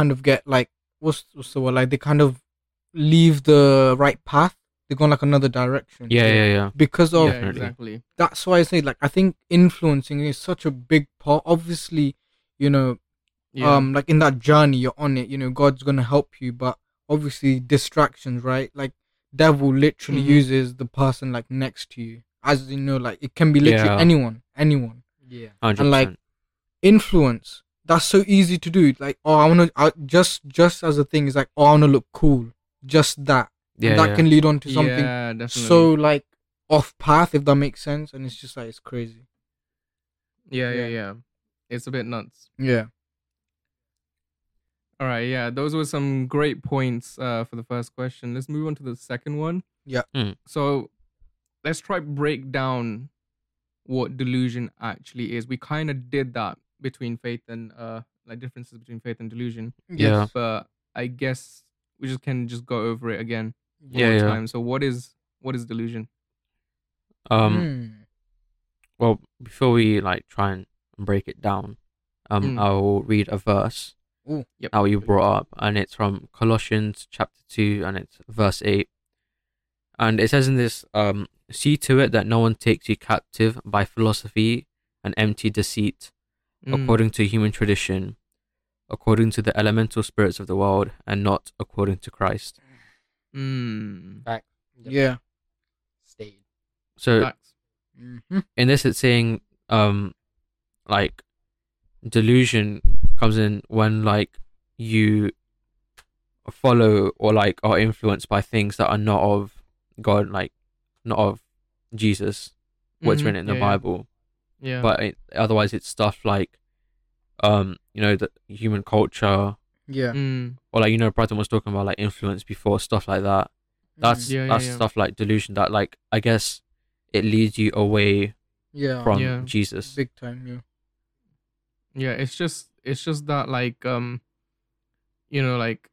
[SPEAKER 3] kind of get like what's, what's the word like they kind of leave the right path they go in like another direction
[SPEAKER 2] yeah, yeah, yeah.
[SPEAKER 3] because of
[SPEAKER 1] yeah
[SPEAKER 2] Definitely.
[SPEAKER 1] exactly.
[SPEAKER 3] that's why i say like i think influencing is such a big part obviously you know
[SPEAKER 1] Yeah.
[SPEAKER 3] um like in that journey you're on it you know god's gonna help you but obviously distractions right like devil literally
[SPEAKER 1] Mhm.
[SPEAKER 3] uses the person like next to you as you know like it can be literally
[SPEAKER 2] Yeah.
[SPEAKER 3] anyone anyone
[SPEAKER 4] Yeah.
[SPEAKER 2] 100%.
[SPEAKER 3] and like influence that's so easy to do like oh i want to just just as a thing is like oh i want to look cool just that And
[SPEAKER 2] yeah,
[SPEAKER 3] that
[SPEAKER 2] yeah.
[SPEAKER 3] can lead on to something
[SPEAKER 1] yeah, definitely.
[SPEAKER 3] so like off path if that makes sense and it's just like it's crazy
[SPEAKER 1] yeah, yeah,
[SPEAKER 3] yeah.
[SPEAKER 1] yeah. It's a bit nuts.
[SPEAKER 3] yeah
[SPEAKER 1] All right, yeah. Those were some great points uh, for the first question. Let's move on to the second one.
[SPEAKER 3] Yeah.
[SPEAKER 2] Mm.
[SPEAKER 1] So let's try break down what delusion actually is. We kind of did that between faith and uh, like differences between faith and delusion,
[SPEAKER 2] Yeah.
[SPEAKER 1] but I guess we just can just go over it again one
[SPEAKER 2] Yeah,
[SPEAKER 1] more
[SPEAKER 2] yeah.
[SPEAKER 1] time. So what is what is delusion?
[SPEAKER 2] um
[SPEAKER 3] Mm.
[SPEAKER 2] well before we like try and break it down um
[SPEAKER 1] Mm.
[SPEAKER 2] i'll read a verse
[SPEAKER 3] Ooh.
[SPEAKER 1] Yep.
[SPEAKER 2] that you brought up and it's from colossians chapter 2 and it's verse 8 and it says in this um see to it that no one takes you captive by philosophy and empty deceit
[SPEAKER 1] Mm,
[SPEAKER 2] according to human tradition according to the elemental spirits of the world and not according to christ
[SPEAKER 1] mm,
[SPEAKER 3] yeah
[SPEAKER 4] Stayed.
[SPEAKER 2] so
[SPEAKER 1] facts.
[SPEAKER 3] Mhm.
[SPEAKER 2] in this it's saying um like delusion comes in when like you follow or like are influenced by things that are not of god like not of jesus what's
[SPEAKER 1] Mhm,
[SPEAKER 2] written in the
[SPEAKER 1] yeah, yeah,
[SPEAKER 2] bible
[SPEAKER 1] Yeah.
[SPEAKER 2] but it, otherwise it's stuff like um you know the human culture
[SPEAKER 3] yeah
[SPEAKER 1] Mm,
[SPEAKER 2] or like you know Brighton was talking about like influence before stuff like that that's
[SPEAKER 1] Yeah, yeah,
[SPEAKER 2] that's
[SPEAKER 1] yeah.
[SPEAKER 2] stuff like delusion that like i guess it leads you away
[SPEAKER 3] Hmm. yeah
[SPEAKER 2] from
[SPEAKER 1] Oh, Yeah.
[SPEAKER 2] jesus
[SPEAKER 3] big time yeah
[SPEAKER 1] yeah it's just it's just that like um you know like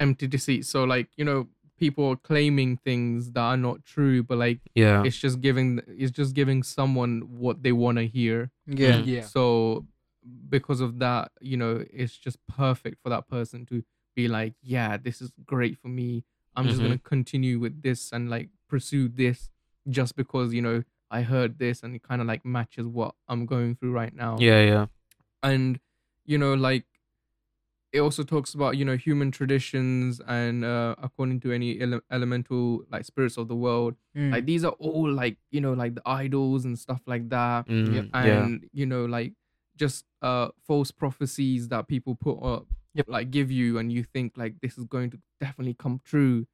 [SPEAKER 1] empty deceit so like you know people are claiming things that are not true but like
[SPEAKER 2] Yeah.
[SPEAKER 1] it's just giving it's just giving someone what they want to hear
[SPEAKER 3] Yeah.
[SPEAKER 2] Mm.
[SPEAKER 4] Yeah.
[SPEAKER 1] so because of that you know it's just perfect for that person to be like yeah this is great for me i'm just
[SPEAKER 2] Mhm.
[SPEAKER 1] going to continue with this and like pursue this just because you know i heard this and it kind of like matches what i'm going through right now
[SPEAKER 2] Yeah. Yeah.
[SPEAKER 1] and you know like it also talks about you know human traditions and uh, according to any ele- elemental like spirits of the world
[SPEAKER 3] Mm.
[SPEAKER 1] like these are all like you know like the idols and stuff like that
[SPEAKER 2] Mm, yeah.
[SPEAKER 1] and you know like just uh false prophecies that people put up
[SPEAKER 4] Yep.
[SPEAKER 1] like give you and you think like this is going to definitely come true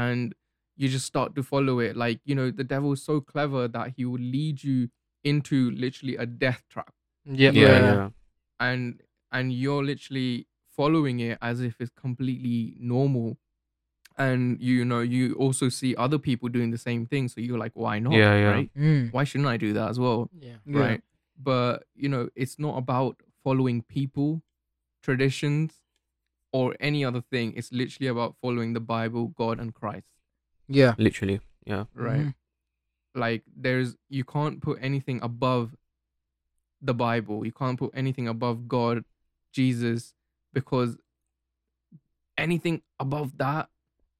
[SPEAKER 1] and you just start to follow it like you know the devil is so clever that he will lead you into literally a death trap
[SPEAKER 4] Yeah.
[SPEAKER 2] Yeah. Yeah.
[SPEAKER 1] and and you're literally following it as if it's completely normal and you know you also see other people doing the same thing so you're like why not
[SPEAKER 2] Yeah, yeah.
[SPEAKER 1] right
[SPEAKER 3] Mm.
[SPEAKER 1] why shouldn't i do that as well
[SPEAKER 4] Yeah.
[SPEAKER 3] Yeah.
[SPEAKER 1] right? But you know, it's not about following people, traditions, or any other thing. It's literally about following the Bible, God, and Christ,
[SPEAKER 3] Yeah.
[SPEAKER 2] Literally. Yeah.
[SPEAKER 1] right?
[SPEAKER 3] Mhm.
[SPEAKER 1] Like there's you can't put anything above the Bible. You can't put anything above God, Jesus, because anything above that,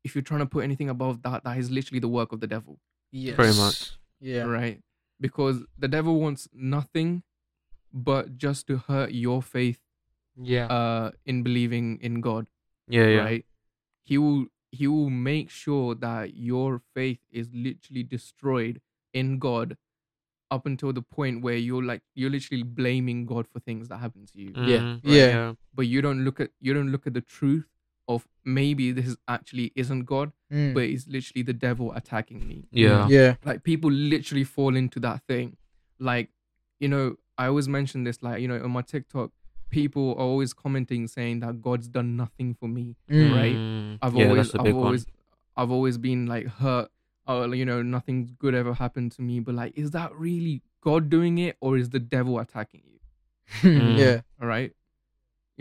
[SPEAKER 1] if you're trying to put anything above that, that is literally the work of the devil.
[SPEAKER 3] Yes.
[SPEAKER 2] Pretty much.
[SPEAKER 3] Yeah.
[SPEAKER 1] right? Because the devil wants nothing but just to hurt your faith
[SPEAKER 4] Yeah.
[SPEAKER 1] uh in believing in God,
[SPEAKER 2] Yeah. Yeah.
[SPEAKER 1] right? He will he will make sure that your faith is literally destroyed in God up until the point where you're like you're literally blaming God for things that happen to you.
[SPEAKER 3] Yeah,
[SPEAKER 2] Mm,
[SPEAKER 3] yeah.
[SPEAKER 1] But you don't look at you don't look at the truth of maybe this is actually isn't God,
[SPEAKER 3] Mm.
[SPEAKER 1] but it's literally the devil attacking me
[SPEAKER 2] Yeah.
[SPEAKER 3] Yeah.
[SPEAKER 1] like people literally fall into that thing like you know i always mention this like you know on my tiktok people are always commenting saying that god's done nothing for me
[SPEAKER 3] Mm.
[SPEAKER 1] Right.
[SPEAKER 2] Mm,
[SPEAKER 1] i've
[SPEAKER 2] yeah,
[SPEAKER 1] always
[SPEAKER 2] that's a
[SPEAKER 1] i've
[SPEAKER 2] big
[SPEAKER 1] always i've always been like hurt oh you know nothing good ever happened to me but like is that really god doing it or is the devil attacking you
[SPEAKER 2] Mm.
[SPEAKER 3] yeah.
[SPEAKER 1] all right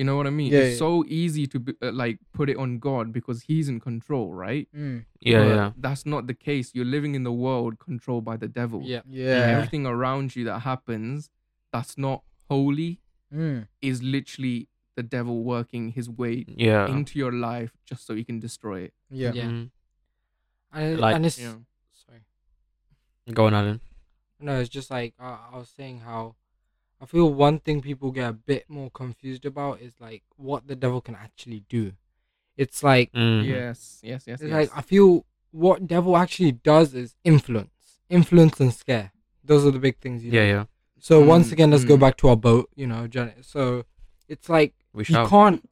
[SPEAKER 1] you know what i mean
[SPEAKER 3] Yeah,
[SPEAKER 1] it's
[SPEAKER 3] yeah.
[SPEAKER 1] so easy to be, uh, like put it on god because he's in control right
[SPEAKER 3] Mm.
[SPEAKER 2] one. Yeah.
[SPEAKER 1] But
[SPEAKER 2] Yeah.
[SPEAKER 1] that's not the case you're living in the world controlled by the devil
[SPEAKER 4] yeah.
[SPEAKER 3] Yeah.
[SPEAKER 1] everything around you that happens that's not holy
[SPEAKER 3] Mm.
[SPEAKER 1] is literally the devil working his way
[SPEAKER 2] Yeah.
[SPEAKER 1] into your life just so he can destroy it.
[SPEAKER 3] Yeah.
[SPEAKER 4] Yeah.
[SPEAKER 2] Mm.
[SPEAKER 4] And,
[SPEAKER 2] Like-
[SPEAKER 4] and it's
[SPEAKER 1] Yeah.
[SPEAKER 4] sorry.
[SPEAKER 2] Go on, Alan.
[SPEAKER 4] No, it's just like I, I was saying how I feel one thing people get a bit more confused about is like what the devil can actually do. It's like
[SPEAKER 2] Mm.
[SPEAKER 1] Yes, yes, yes.
[SPEAKER 4] it's
[SPEAKER 1] yes.
[SPEAKER 4] like I feel what devil actually does is influence, influence and scare. Those are the big things. You
[SPEAKER 2] Yeah.
[SPEAKER 4] know.
[SPEAKER 2] Yeah.
[SPEAKER 4] So once
[SPEAKER 1] Mm,
[SPEAKER 4] again, let's go
[SPEAKER 1] mm.
[SPEAKER 4] back to our boat. You know, Janet. So it's like
[SPEAKER 2] We
[SPEAKER 4] he
[SPEAKER 2] shall.
[SPEAKER 4] can't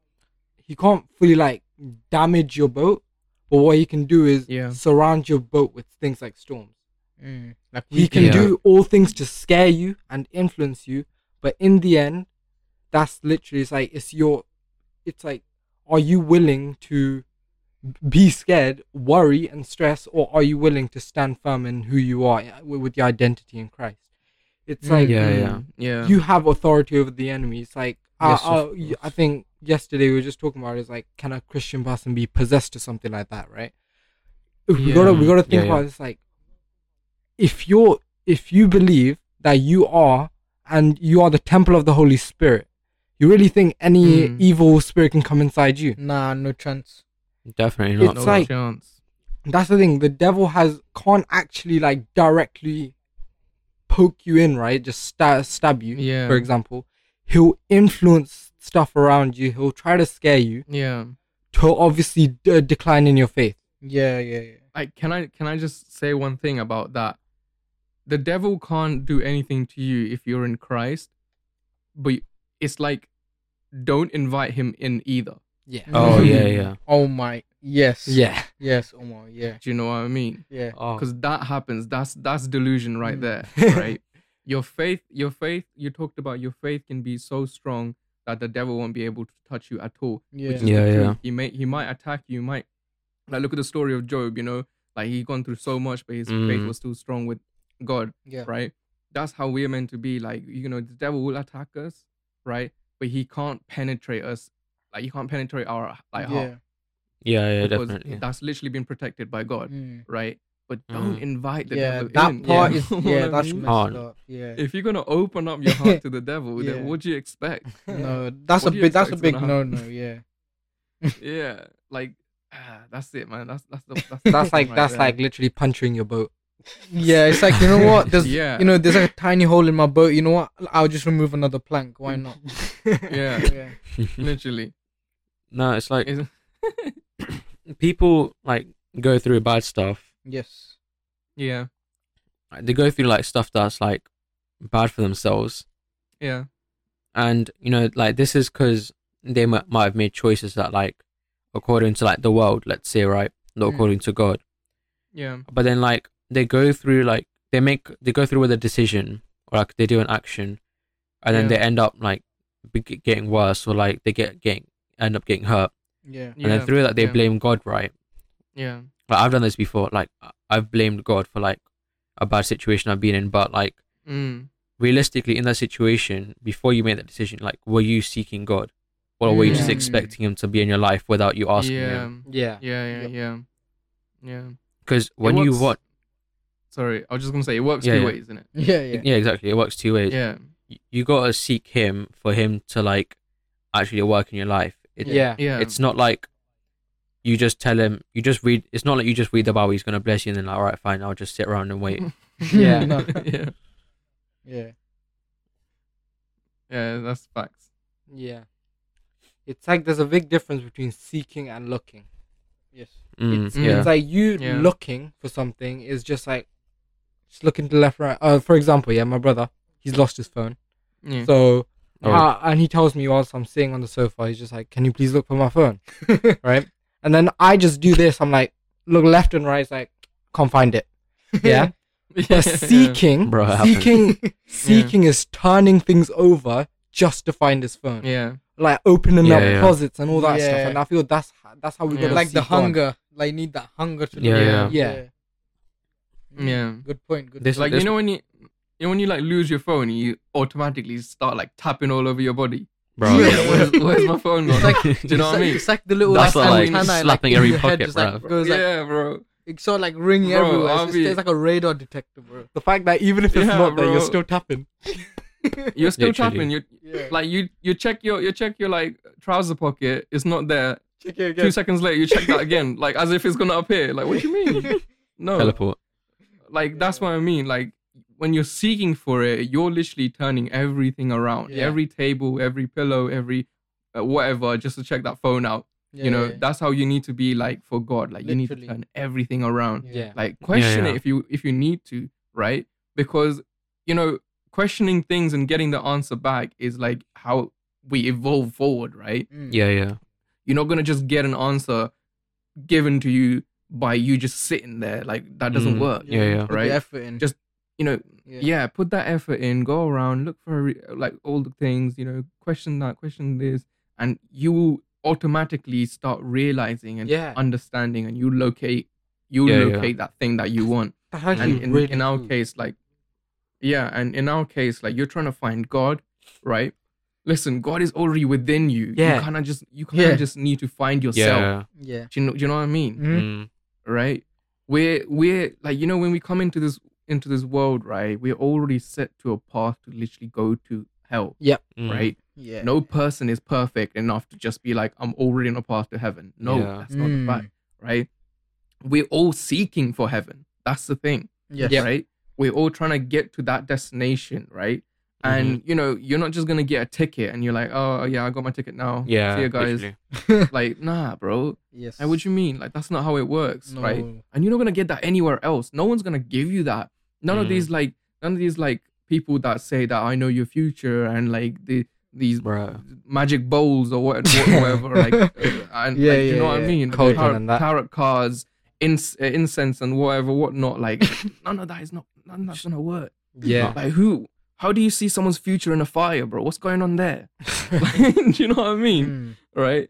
[SPEAKER 4] he can't fully like damage your boat, but what he can do is
[SPEAKER 1] Yeah.
[SPEAKER 4] surround your boat with things like storms.
[SPEAKER 3] Mm. Like
[SPEAKER 4] He can
[SPEAKER 2] Yeah.
[SPEAKER 4] do all things to scare you and influence you, but in the end, that's literally it's like it's your, it's like, are you willing to be scared, worry, and stress, or are you willing to stand firm in who you are uh, with with your identity in Christ? It's
[SPEAKER 3] Mm.
[SPEAKER 4] like
[SPEAKER 2] Yeah.
[SPEAKER 1] Mm,
[SPEAKER 2] Yeah.
[SPEAKER 1] yeah.
[SPEAKER 4] you have authority over the enemy. It's like I-
[SPEAKER 3] Yes,
[SPEAKER 4] I,
[SPEAKER 3] of
[SPEAKER 4] y- I think yesterday we were just talking about it, it's like can a Christian person be possessed or something like that, right? We
[SPEAKER 1] Yeah.
[SPEAKER 4] gotta we gotta think
[SPEAKER 2] Yeah, yeah.
[SPEAKER 4] about this like if you're if you believe that you are and you are the temple of the Holy Spirit, you really think any
[SPEAKER 1] Mm.
[SPEAKER 4] evil spirit can come inside you?
[SPEAKER 3] Nah, no chance.
[SPEAKER 2] Definitely not.
[SPEAKER 1] no
[SPEAKER 4] it's like-
[SPEAKER 1] chance.
[SPEAKER 4] that's the thing the devil has can't actually like directly poke you in right just stab, stab you
[SPEAKER 1] Yeah.
[SPEAKER 4] for example he'll influence stuff around you he'll try to scare you
[SPEAKER 1] Yeah.
[SPEAKER 4] to obviously d- uh, decline in your faith
[SPEAKER 3] Yeah, yeah, yeah.
[SPEAKER 1] Like can I can I just say one thing about that? The devil can't do anything to you if you're in Christ, but it's like don't invite him in either.
[SPEAKER 4] yeah
[SPEAKER 2] Oh
[SPEAKER 3] Mhm.
[SPEAKER 2] yeah, yeah.
[SPEAKER 3] Oh my. Yes.
[SPEAKER 4] yeah
[SPEAKER 3] Yes. Oh my. Yeah.
[SPEAKER 1] Do you know what I mean?
[SPEAKER 3] Yeah.
[SPEAKER 4] oh
[SPEAKER 1] because that happens that's that's delusion right
[SPEAKER 3] Mm.
[SPEAKER 1] there right your faith your faith you talked about your faith can be so strong that the devil won't be able to touch you at all
[SPEAKER 3] Yeah.
[SPEAKER 1] which is
[SPEAKER 2] Yeah,
[SPEAKER 1] the
[SPEAKER 2] yeah.
[SPEAKER 1] truth. he may he might attack you he might like look at the story of job you know like he gone through so much but his faith
[SPEAKER 2] Mm.
[SPEAKER 1] was still strong with god
[SPEAKER 3] yeah.
[SPEAKER 1] right that's how we're meant to be like you know the devil will attack us right? But he can't penetrate us. Like he can't penetrate our like
[SPEAKER 3] yeah.
[SPEAKER 1] heart
[SPEAKER 2] Yeah, yeah,
[SPEAKER 1] because
[SPEAKER 2] definitely.
[SPEAKER 1] that's literally been protected by God,
[SPEAKER 3] Mm.
[SPEAKER 1] right? But don't
[SPEAKER 2] Mm.
[SPEAKER 1] invite the
[SPEAKER 3] yeah,
[SPEAKER 1] devil
[SPEAKER 3] that
[SPEAKER 1] in.
[SPEAKER 3] part
[SPEAKER 1] You
[SPEAKER 3] is
[SPEAKER 1] know
[SPEAKER 3] yeah,
[SPEAKER 1] what I
[SPEAKER 3] that's
[SPEAKER 1] mean?
[SPEAKER 3] messed
[SPEAKER 2] Hard.
[SPEAKER 3] up. Yeah,
[SPEAKER 1] if you're gonna open up your heart to the devil,
[SPEAKER 3] Yeah.
[SPEAKER 1] then what do you expect?
[SPEAKER 3] no, that's
[SPEAKER 1] What
[SPEAKER 3] a
[SPEAKER 1] do you
[SPEAKER 3] big that's a
[SPEAKER 1] expect's
[SPEAKER 3] big
[SPEAKER 1] gonna
[SPEAKER 3] no no. Yeah,
[SPEAKER 1] yeah, like ah, that's it, man. That's that's the that's, the
[SPEAKER 4] That's
[SPEAKER 1] thing
[SPEAKER 4] like
[SPEAKER 1] right
[SPEAKER 4] that's
[SPEAKER 1] there.
[SPEAKER 4] like literally puncturing your boat.
[SPEAKER 3] yeah, it's like you know what? There's
[SPEAKER 1] yeah,
[SPEAKER 3] you know there's like a tiny hole in my boat. You know what? I'll just remove another plank. Why not?
[SPEAKER 1] yeah,
[SPEAKER 3] yeah,
[SPEAKER 1] literally.
[SPEAKER 2] no, it's like
[SPEAKER 1] It's-
[SPEAKER 2] people like go through bad stuff.
[SPEAKER 3] yes,
[SPEAKER 1] yeah,
[SPEAKER 2] Like, They go through like stuff that's like bad for themselves,
[SPEAKER 1] yeah,
[SPEAKER 2] and you know, like this is because they m- might have made choices that like according to like the world, let's say, right, not
[SPEAKER 3] Mm.
[SPEAKER 2] according to God.
[SPEAKER 1] yeah,
[SPEAKER 2] but then like they go through like they make they go through with a decision or like they do an action and then
[SPEAKER 1] Yeah.
[SPEAKER 2] they end up like be- getting worse or like they get getting end up getting hurt
[SPEAKER 3] yeah,
[SPEAKER 1] yeah.
[SPEAKER 2] and then through that they
[SPEAKER 1] yeah,
[SPEAKER 2] blame god right
[SPEAKER 1] Yeah,
[SPEAKER 2] like i've done this before like I- i've blamed god for like a bad situation i've been in but like
[SPEAKER 1] mm,
[SPEAKER 2] realistically in that situation before you made that decision like were you seeking god or were you just
[SPEAKER 3] Mm.
[SPEAKER 2] expecting him to be in your life without you asking
[SPEAKER 1] yeah,
[SPEAKER 2] him
[SPEAKER 4] yeah.
[SPEAKER 1] yeah, yeah,
[SPEAKER 3] Yep.
[SPEAKER 1] yeah, yeah.
[SPEAKER 2] because when you
[SPEAKER 1] works-
[SPEAKER 2] what
[SPEAKER 1] Sorry, I was just gonna say it works
[SPEAKER 2] Yeah,
[SPEAKER 1] two
[SPEAKER 2] yeah.
[SPEAKER 1] ways, isn't it?
[SPEAKER 3] yeah,
[SPEAKER 2] yeah.
[SPEAKER 3] yeah.
[SPEAKER 2] exactly it works two ways
[SPEAKER 1] Yeah,
[SPEAKER 2] y- you gotta seek him for him to like actually work in your life. It,
[SPEAKER 4] Yeah.
[SPEAKER 1] yeah.
[SPEAKER 2] It's not like you just tell him you just read. It's not like you just read the Bible. He's gonna bless you, and then like, all right, fine, I'll just sit around and wait.
[SPEAKER 4] Yeah.
[SPEAKER 3] No.
[SPEAKER 1] yeah,
[SPEAKER 3] yeah,
[SPEAKER 1] yeah. That's facts.
[SPEAKER 4] Yeah. It's like there's a big difference between seeking and looking.
[SPEAKER 3] yes,
[SPEAKER 2] Mm,
[SPEAKER 4] it's,
[SPEAKER 2] yeah,
[SPEAKER 4] it's like you
[SPEAKER 1] Yeah.
[SPEAKER 4] looking for something is just like just looking to the left right. Uh, for example, yeah, my brother, he's lost his phone.
[SPEAKER 1] Yeah.
[SPEAKER 4] So
[SPEAKER 2] Oh.
[SPEAKER 4] uh, and he tells me whilst I'm sitting on the sofa, he's just like, "Can you please look for my phone?" right? And then I just do this. I'm like, look left and right. It's like, can't find it. Yeah.
[SPEAKER 1] Yeah,
[SPEAKER 4] But seeking,
[SPEAKER 2] Bro, it happens.
[SPEAKER 4] seeking, seeking is turning things over just to find his phone.
[SPEAKER 1] Yeah,
[SPEAKER 4] Like opening up
[SPEAKER 2] Yeah, yeah.
[SPEAKER 4] closets and all that stuff.
[SPEAKER 3] Yeah.
[SPEAKER 4] And I feel that's that's how we
[SPEAKER 1] Yeah.
[SPEAKER 4] got
[SPEAKER 3] like the
[SPEAKER 4] seek God.
[SPEAKER 3] hunger, like need that hunger to
[SPEAKER 2] Yeah,
[SPEAKER 3] live. Mm.
[SPEAKER 4] yeah.
[SPEAKER 1] yeah. yeah.
[SPEAKER 3] Good point. Good.
[SPEAKER 2] This-
[SPEAKER 3] point.
[SPEAKER 1] Like
[SPEAKER 2] There's-
[SPEAKER 1] you know when you. You know when you like lose your phone, you automatically start like tapping all over your body.
[SPEAKER 2] bro.
[SPEAKER 3] Yeah.
[SPEAKER 1] Like, where's, where's my phone gone?
[SPEAKER 3] like-
[SPEAKER 1] Do you know
[SPEAKER 3] it's
[SPEAKER 1] what I
[SPEAKER 3] like-
[SPEAKER 1] mean?
[SPEAKER 3] It's like the little
[SPEAKER 2] That's
[SPEAKER 3] like,
[SPEAKER 1] what, like,
[SPEAKER 3] antenna,
[SPEAKER 2] slapping
[SPEAKER 3] in
[SPEAKER 2] every
[SPEAKER 3] your head
[SPEAKER 2] pocket,
[SPEAKER 3] just, like,
[SPEAKER 2] bruh.
[SPEAKER 3] goes, like,
[SPEAKER 1] yeah, bro.
[SPEAKER 3] It's sort of like ringing
[SPEAKER 1] Bro,
[SPEAKER 3] everywhere.
[SPEAKER 1] I'll
[SPEAKER 3] It's,
[SPEAKER 1] be-
[SPEAKER 3] it's like a radar detector, bro.
[SPEAKER 4] The fact that even if it's
[SPEAKER 1] Yeah,
[SPEAKER 4] not there, you're
[SPEAKER 1] bro.
[SPEAKER 4] still tapping.
[SPEAKER 1] You're still
[SPEAKER 2] Literally.
[SPEAKER 1] tapping. You
[SPEAKER 3] Yeah.
[SPEAKER 1] like you you check your you check your like trouser pocket. It's not there.
[SPEAKER 3] check it
[SPEAKER 1] Two seconds later, you check that again, like as if it's gonna appear. Like what do you mean? No,
[SPEAKER 2] Teleport.
[SPEAKER 1] like that's what I mean. Like when you're seeking for it, you're literally turning everything around,
[SPEAKER 3] Yeah.
[SPEAKER 1] every table, every pillow, every uh, whatever, just to check that phone out. you know, that's how you need to be like for God. Like you need
[SPEAKER 3] Literally.
[SPEAKER 1] to turn everything around.
[SPEAKER 4] Yeah.
[SPEAKER 1] Like question
[SPEAKER 2] yeah.
[SPEAKER 1] it if you if you need to, right? Because you know, questioning things and getting the answer back is like how we evolve forward, right?
[SPEAKER 3] Mm.
[SPEAKER 2] Yeah, yeah,
[SPEAKER 1] You're not gonna just get an answer given to you by you just sitting there. Like that doesn't
[SPEAKER 2] Mm.
[SPEAKER 1] work.
[SPEAKER 2] Yeah, yeah.
[SPEAKER 3] Put the
[SPEAKER 1] Right?
[SPEAKER 3] effort in.
[SPEAKER 1] Just- You know,
[SPEAKER 3] yeah.
[SPEAKER 1] yeah. put that effort in, go around, look for re- like all the things, you know, question that, question this, and you will automatically start realizing and
[SPEAKER 4] Yeah.
[SPEAKER 1] understanding, and you locate you
[SPEAKER 2] Yeah, yeah.
[SPEAKER 1] locate that thing that you want.
[SPEAKER 4] That's actually
[SPEAKER 1] And in,
[SPEAKER 4] really
[SPEAKER 1] in our
[SPEAKER 4] true.
[SPEAKER 1] case, like, yeah, and in our case, like, you're trying to find God, right? Listen, God is already within you.
[SPEAKER 4] Yeah.
[SPEAKER 1] You kind of just you kind
[SPEAKER 3] Yeah.
[SPEAKER 1] of just need to find yourself.
[SPEAKER 2] yeah.
[SPEAKER 3] Yeah.
[SPEAKER 1] Do you know? Do you know what I mean?
[SPEAKER 3] Mhm.
[SPEAKER 2] Mm.
[SPEAKER 1] right we're we're like you know when we come into this into this world right we're already set to a path to literally go to hell
[SPEAKER 2] Mm.
[SPEAKER 1] right
[SPEAKER 3] Yeah.
[SPEAKER 1] no person is perfect enough to just be like i'm already on a path to heaven no
[SPEAKER 2] Yeah.
[SPEAKER 1] that's not the
[SPEAKER 3] Mm.
[SPEAKER 1] fact right we're all seeking for heaven that's the thing
[SPEAKER 3] Yes.
[SPEAKER 1] right we're all trying to get to that destination right
[SPEAKER 3] Mm-hmm.
[SPEAKER 1] and you know you're not just gonna get a ticket and you're like oh yeah i got my ticket now
[SPEAKER 2] Yeah,
[SPEAKER 1] see you guys
[SPEAKER 2] literally.
[SPEAKER 1] like nah bro
[SPEAKER 3] Yes.
[SPEAKER 1] like, what do you mean like that's not how it works
[SPEAKER 3] no.
[SPEAKER 1] right and you're not gonna get that anywhere else. No one's gonna give you that. None
[SPEAKER 3] Mm-hmm.
[SPEAKER 1] of
[SPEAKER 2] Mm.
[SPEAKER 1] these like none of these like people that say that I know your future and like the these
[SPEAKER 2] Bruh.
[SPEAKER 1] magic bowls or what, what- whatever. like, uh, and
[SPEAKER 3] Yeah,
[SPEAKER 1] like, you
[SPEAKER 3] yeah,
[SPEAKER 1] know what I
[SPEAKER 3] yeah.
[SPEAKER 1] mean?
[SPEAKER 4] Cauldron
[SPEAKER 1] tarot,
[SPEAKER 4] and that.
[SPEAKER 1] tarot cards, ins- uh, incense and whatever, whatnot. Like none of that is not none of that's gonna work.
[SPEAKER 4] Yeah.
[SPEAKER 1] Like who? How do you see someone's future in a fire, bro? What's going on there? Like, do you know what I mean?
[SPEAKER 3] Mm.
[SPEAKER 1] right?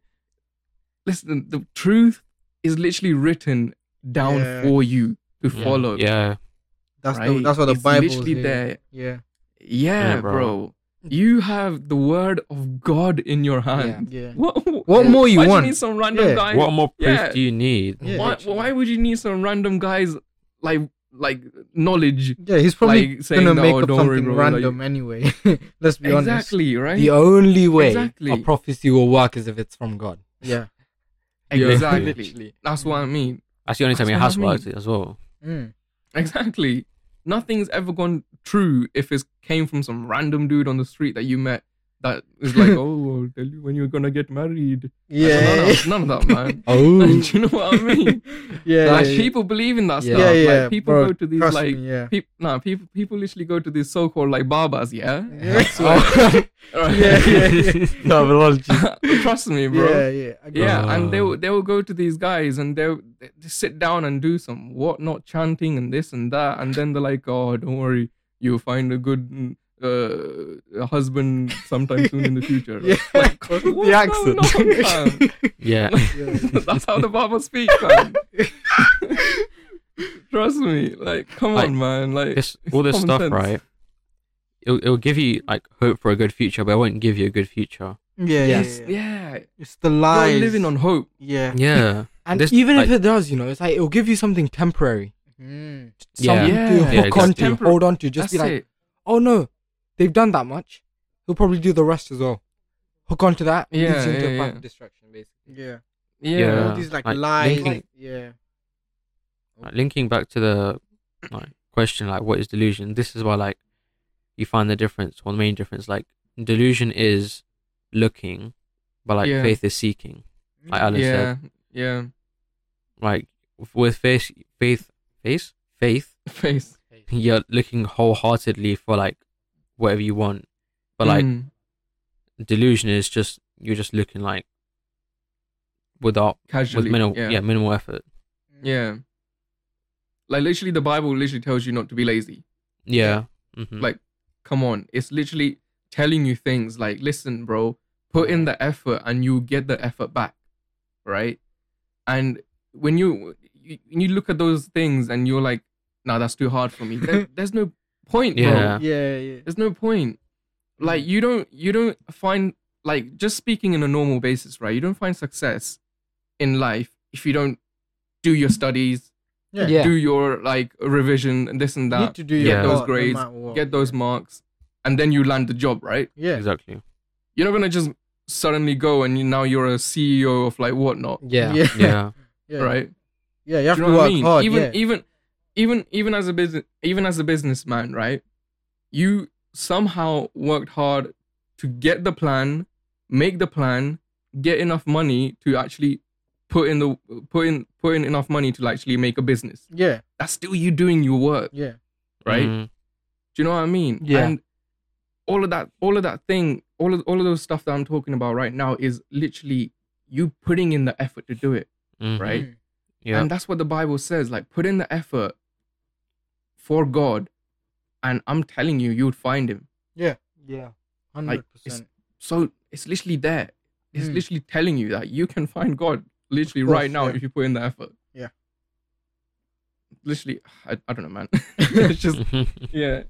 [SPEAKER 1] Listen, the truth is literally written down
[SPEAKER 3] Yeah.
[SPEAKER 1] for you to
[SPEAKER 2] Yeah.
[SPEAKER 1] follow.
[SPEAKER 2] Yeah,
[SPEAKER 3] That's the
[SPEAKER 1] right?
[SPEAKER 3] that's what the
[SPEAKER 1] It's
[SPEAKER 3] Bible
[SPEAKER 1] literally
[SPEAKER 3] is.
[SPEAKER 1] there.
[SPEAKER 3] Yeah.
[SPEAKER 1] Yeah,
[SPEAKER 2] Yeah, bro.
[SPEAKER 1] bro. You have the word of God in your hand.
[SPEAKER 3] Yeah.
[SPEAKER 1] What,
[SPEAKER 3] What more you
[SPEAKER 1] why do
[SPEAKER 3] want?
[SPEAKER 1] need some random
[SPEAKER 3] Yeah.
[SPEAKER 1] guy?
[SPEAKER 2] What more proof
[SPEAKER 1] yeah.
[SPEAKER 2] do you need?
[SPEAKER 3] Yeah.
[SPEAKER 1] why, why would you need some random guy's like like knowledge?
[SPEAKER 3] Yeah, he's probably
[SPEAKER 1] like saying,
[SPEAKER 3] gonna
[SPEAKER 1] that,
[SPEAKER 3] make
[SPEAKER 1] "Oh,
[SPEAKER 3] up
[SPEAKER 1] don't worry,
[SPEAKER 3] something
[SPEAKER 1] bro, like-
[SPEAKER 3] random anyway. Let's be honest.
[SPEAKER 1] Exactly right.
[SPEAKER 4] The only way a
[SPEAKER 1] Exactly.
[SPEAKER 4] prophecy will work is if it's from God.
[SPEAKER 3] Yeah.
[SPEAKER 2] Yeah.
[SPEAKER 1] Exactly.
[SPEAKER 4] Literally.
[SPEAKER 1] That's what I mean.
[SPEAKER 2] That's the only time
[SPEAKER 1] That's
[SPEAKER 2] your
[SPEAKER 1] what I
[SPEAKER 2] house works
[SPEAKER 1] mean.
[SPEAKER 2] as well.
[SPEAKER 3] Mm.
[SPEAKER 1] Exactly. Nothing's ever gone true if it came from some random dude on the street that you met that is like, oh, I'll tell you when you're gonna get married.
[SPEAKER 3] Yeah.
[SPEAKER 1] None of that, none of that man.
[SPEAKER 4] Oh,
[SPEAKER 1] Do you know what I mean?
[SPEAKER 3] yeah.
[SPEAKER 1] like
[SPEAKER 3] yeah,
[SPEAKER 1] people believe in that
[SPEAKER 4] Yeah.
[SPEAKER 1] stuff.
[SPEAKER 3] Yeah, yeah.
[SPEAKER 1] like people
[SPEAKER 3] bro,
[SPEAKER 1] go to these
[SPEAKER 3] trust
[SPEAKER 1] like
[SPEAKER 3] me, yeah.
[SPEAKER 1] peop- nah, people people literally go to these so called like barbers, yeah.
[SPEAKER 3] Yeah.
[SPEAKER 1] Alright.
[SPEAKER 3] Yeah, yeah, yeah.
[SPEAKER 1] Trust me, bro.
[SPEAKER 3] yeah, yeah. I got
[SPEAKER 1] Yeah,
[SPEAKER 3] it.
[SPEAKER 1] and they
[SPEAKER 2] Ah.
[SPEAKER 1] will they will go to these guys and they'll they sit down and do some whatnot chanting and this and that, and then they're like, "Oh, don't worry, you'll find a good mm, uh, husband sometime soon in the future."
[SPEAKER 3] Yeah.
[SPEAKER 1] Like,
[SPEAKER 3] What's
[SPEAKER 1] what's
[SPEAKER 3] the
[SPEAKER 1] going on, fam?
[SPEAKER 2] Yeah.
[SPEAKER 1] That's how the barber speaks. fam. Trust me, like, come
[SPEAKER 2] Like,
[SPEAKER 1] on, man, like,
[SPEAKER 2] this all this
[SPEAKER 1] common
[SPEAKER 2] stuff,
[SPEAKER 1] sense.
[SPEAKER 2] right? It'll, it'll give you like hope for a good future, but it won't give you a good future.
[SPEAKER 3] yeah, yeah,
[SPEAKER 1] yes,
[SPEAKER 3] yeah.
[SPEAKER 1] yeah,
[SPEAKER 3] It's the
[SPEAKER 1] yeah.
[SPEAKER 3] lies.
[SPEAKER 1] you're living on hope.
[SPEAKER 3] yeah.
[SPEAKER 2] Yeah,
[SPEAKER 4] and
[SPEAKER 2] This,
[SPEAKER 4] even if
[SPEAKER 2] like-
[SPEAKER 4] it does, you know, it's like it'll give you something temporary,
[SPEAKER 3] Mm.
[SPEAKER 2] Yeah.
[SPEAKER 4] something to
[SPEAKER 1] Yeah.
[SPEAKER 2] Yeah,
[SPEAKER 4] hook
[SPEAKER 2] just
[SPEAKER 4] on
[SPEAKER 2] do.
[SPEAKER 4] to, hold on to, just
[SPEAKER 1] That's
[SPEAKER 4] be like,
[SPEAKER 1] it.
[SPEAKER 4] oh no, they've done that much. He'll probably do the rest as well. Hook on to that. leads
[SPEAKER 1] Yeah,
[SPEAKER 4] you into a
[SPEAKER 1] yeah,
[SPEAKER 4] path of
[SPEAKER 1] yeah.
[SPEAKER 4] distraction, basically.
[SPEAKER 3] Yeah.
[SPEAKER 2] Yeah.
[SPEAKER 3] All these like,
[SPEAKER 2] like,
[SPEAKER 3] lies.
[SPEAKER 2] linking-
[SPEAKER 3] yeah.
[SPEAKER 2] like, linking back to the like question, like what is delusion? This is why like you find the difference, or the main difference. Like delusion is looking, but like
[SPEAKER 1] Yeah.
[SPEAKER 2] faith is seeking. Like Alan
[SPEAKER 1] yeah,
[SPEAKER 2] said,
[SPEAKER 1] yeah,
[SPEAKER 2] like with faith, faith, faith, faith,
[SPEAKER 1] face.
[SPEAKER 2] you're looking wholeheartedly for like whatever you want, but like
[SPEAKER 1] Mm.
[SPEAKER 2] delusion is just you're just looking like without
[SPEAKER 1] casually,
[SPEAKER 2] with minimal
[SPEAKER 1] yeah.
[SPEAKER 2] yeah minimal effort.
[SPEAKER 3] Mm.
[SPEAKER 1] Yeah. Like literally the Bible literally tells you not to be lazy.
[SPEAKER 2] Yeah. hmm
[SPEAKER 1] Like, Come on. It's literally telling you things like, listen, bro, put in the effort and you get the effort back. Right? And when you you, you look at those things and you're like, nah, that's too hard for me. There, there's no point, bro.
[SPEAKER 2] Yeah.
[SPEAKER 3] Yeah, yeah.
[SPEAKER 1] There's no point. Like you don't you don't find like just speaking in a normal basis, right? You don't find success in life if you don't do your studies,
[SPEAKER 3] Yeah.
[SPEAKER 4] Yeah.
[SPEAKER 1] do your like revision and this and
[SPEAKER 3] You
[SPEAKER 1] that,
[SPEAKER 3] need to do
[SPEAKER 2] get
[SPEAKER 3] your
[SPEAKER 2] those
[SPEAKER 3] part no
[SPEAKER 1] grades,
[SPEAKER 3] matter what.
[SPEAKER 1] get those marks, and then you land the job, right?
[SPEAKER 3] Yeah.
[SPEAKER 2] Exactly.
[SPEAKER 1] You're not gonna just suddenly go and you, now you're a CEO of like whatnot,
[SPEAKER 4] Yeah.
[SPEAKER 3] Yeah.
[SPEAKER 2] Yeah.
[SPEAKER 3] yeah.
[SPEAKER 1] right?
[SPEAKER 3] Yeah, you have
[SPEAKER 1] Do
[SPEAKER 3] to
[SPEAKER 1] you know
[SPEAKER 3] work
[SPEAKER 1] what I mean?
[SPEAKER 3] hard.
[SPEAKER 1] even
[SPEAKER 3] yeah.
[SPEAKER 1] even even even as a business even as a businessman, right? You somehow worked hard to get the plan, make the plan, get enough money to actually put in the put in put in enough money to actually make a business.
[SPEAKER 3] yeah.
[SPEAKER 1] That's still you doing your work,
[SPEAKER 3] Yeah.
[SPEAKER 1] right?
[SPEAKER 2] Mm.
[SPEAKER 1] Do you know what I mean?
[SPEAKER 4] Yeah.
[SPEAKER 1] And all of that, all of that thing, all of all of those stuff that I'm talking about right now is literally you putting in the effort to do it,
[SPEAKER 2] Mhm.
[SPEAKER 1] right?
[SPEAKER 3] Mm.
[SPEAKER 2] Yeah.
[SPEAKER 1] And that's what the Bible says. Like, put in the effort for God, and I'm telling you, you'd find Him.
[SPEAKER 4] Yeah.
[SPEAKER 3] Hundred
[SPEAKER 1] it's-
[SPEAKER 3] percent.
[SPEAKER 1] So it's literally there. It's
[SPEAKER 3] Mm.
[SPEAKER 1] literally telling you that you can find God literally
[SPEAKER 3] course,
[SPEAKER 1] right now
[SPEAKER 3] yeah.
[SPEAKER 1] if you put in the effort.
[SPEAKER 3] Yeah.
[SPEAKER 1] Literally, I, I don't know, man. it's just yeah.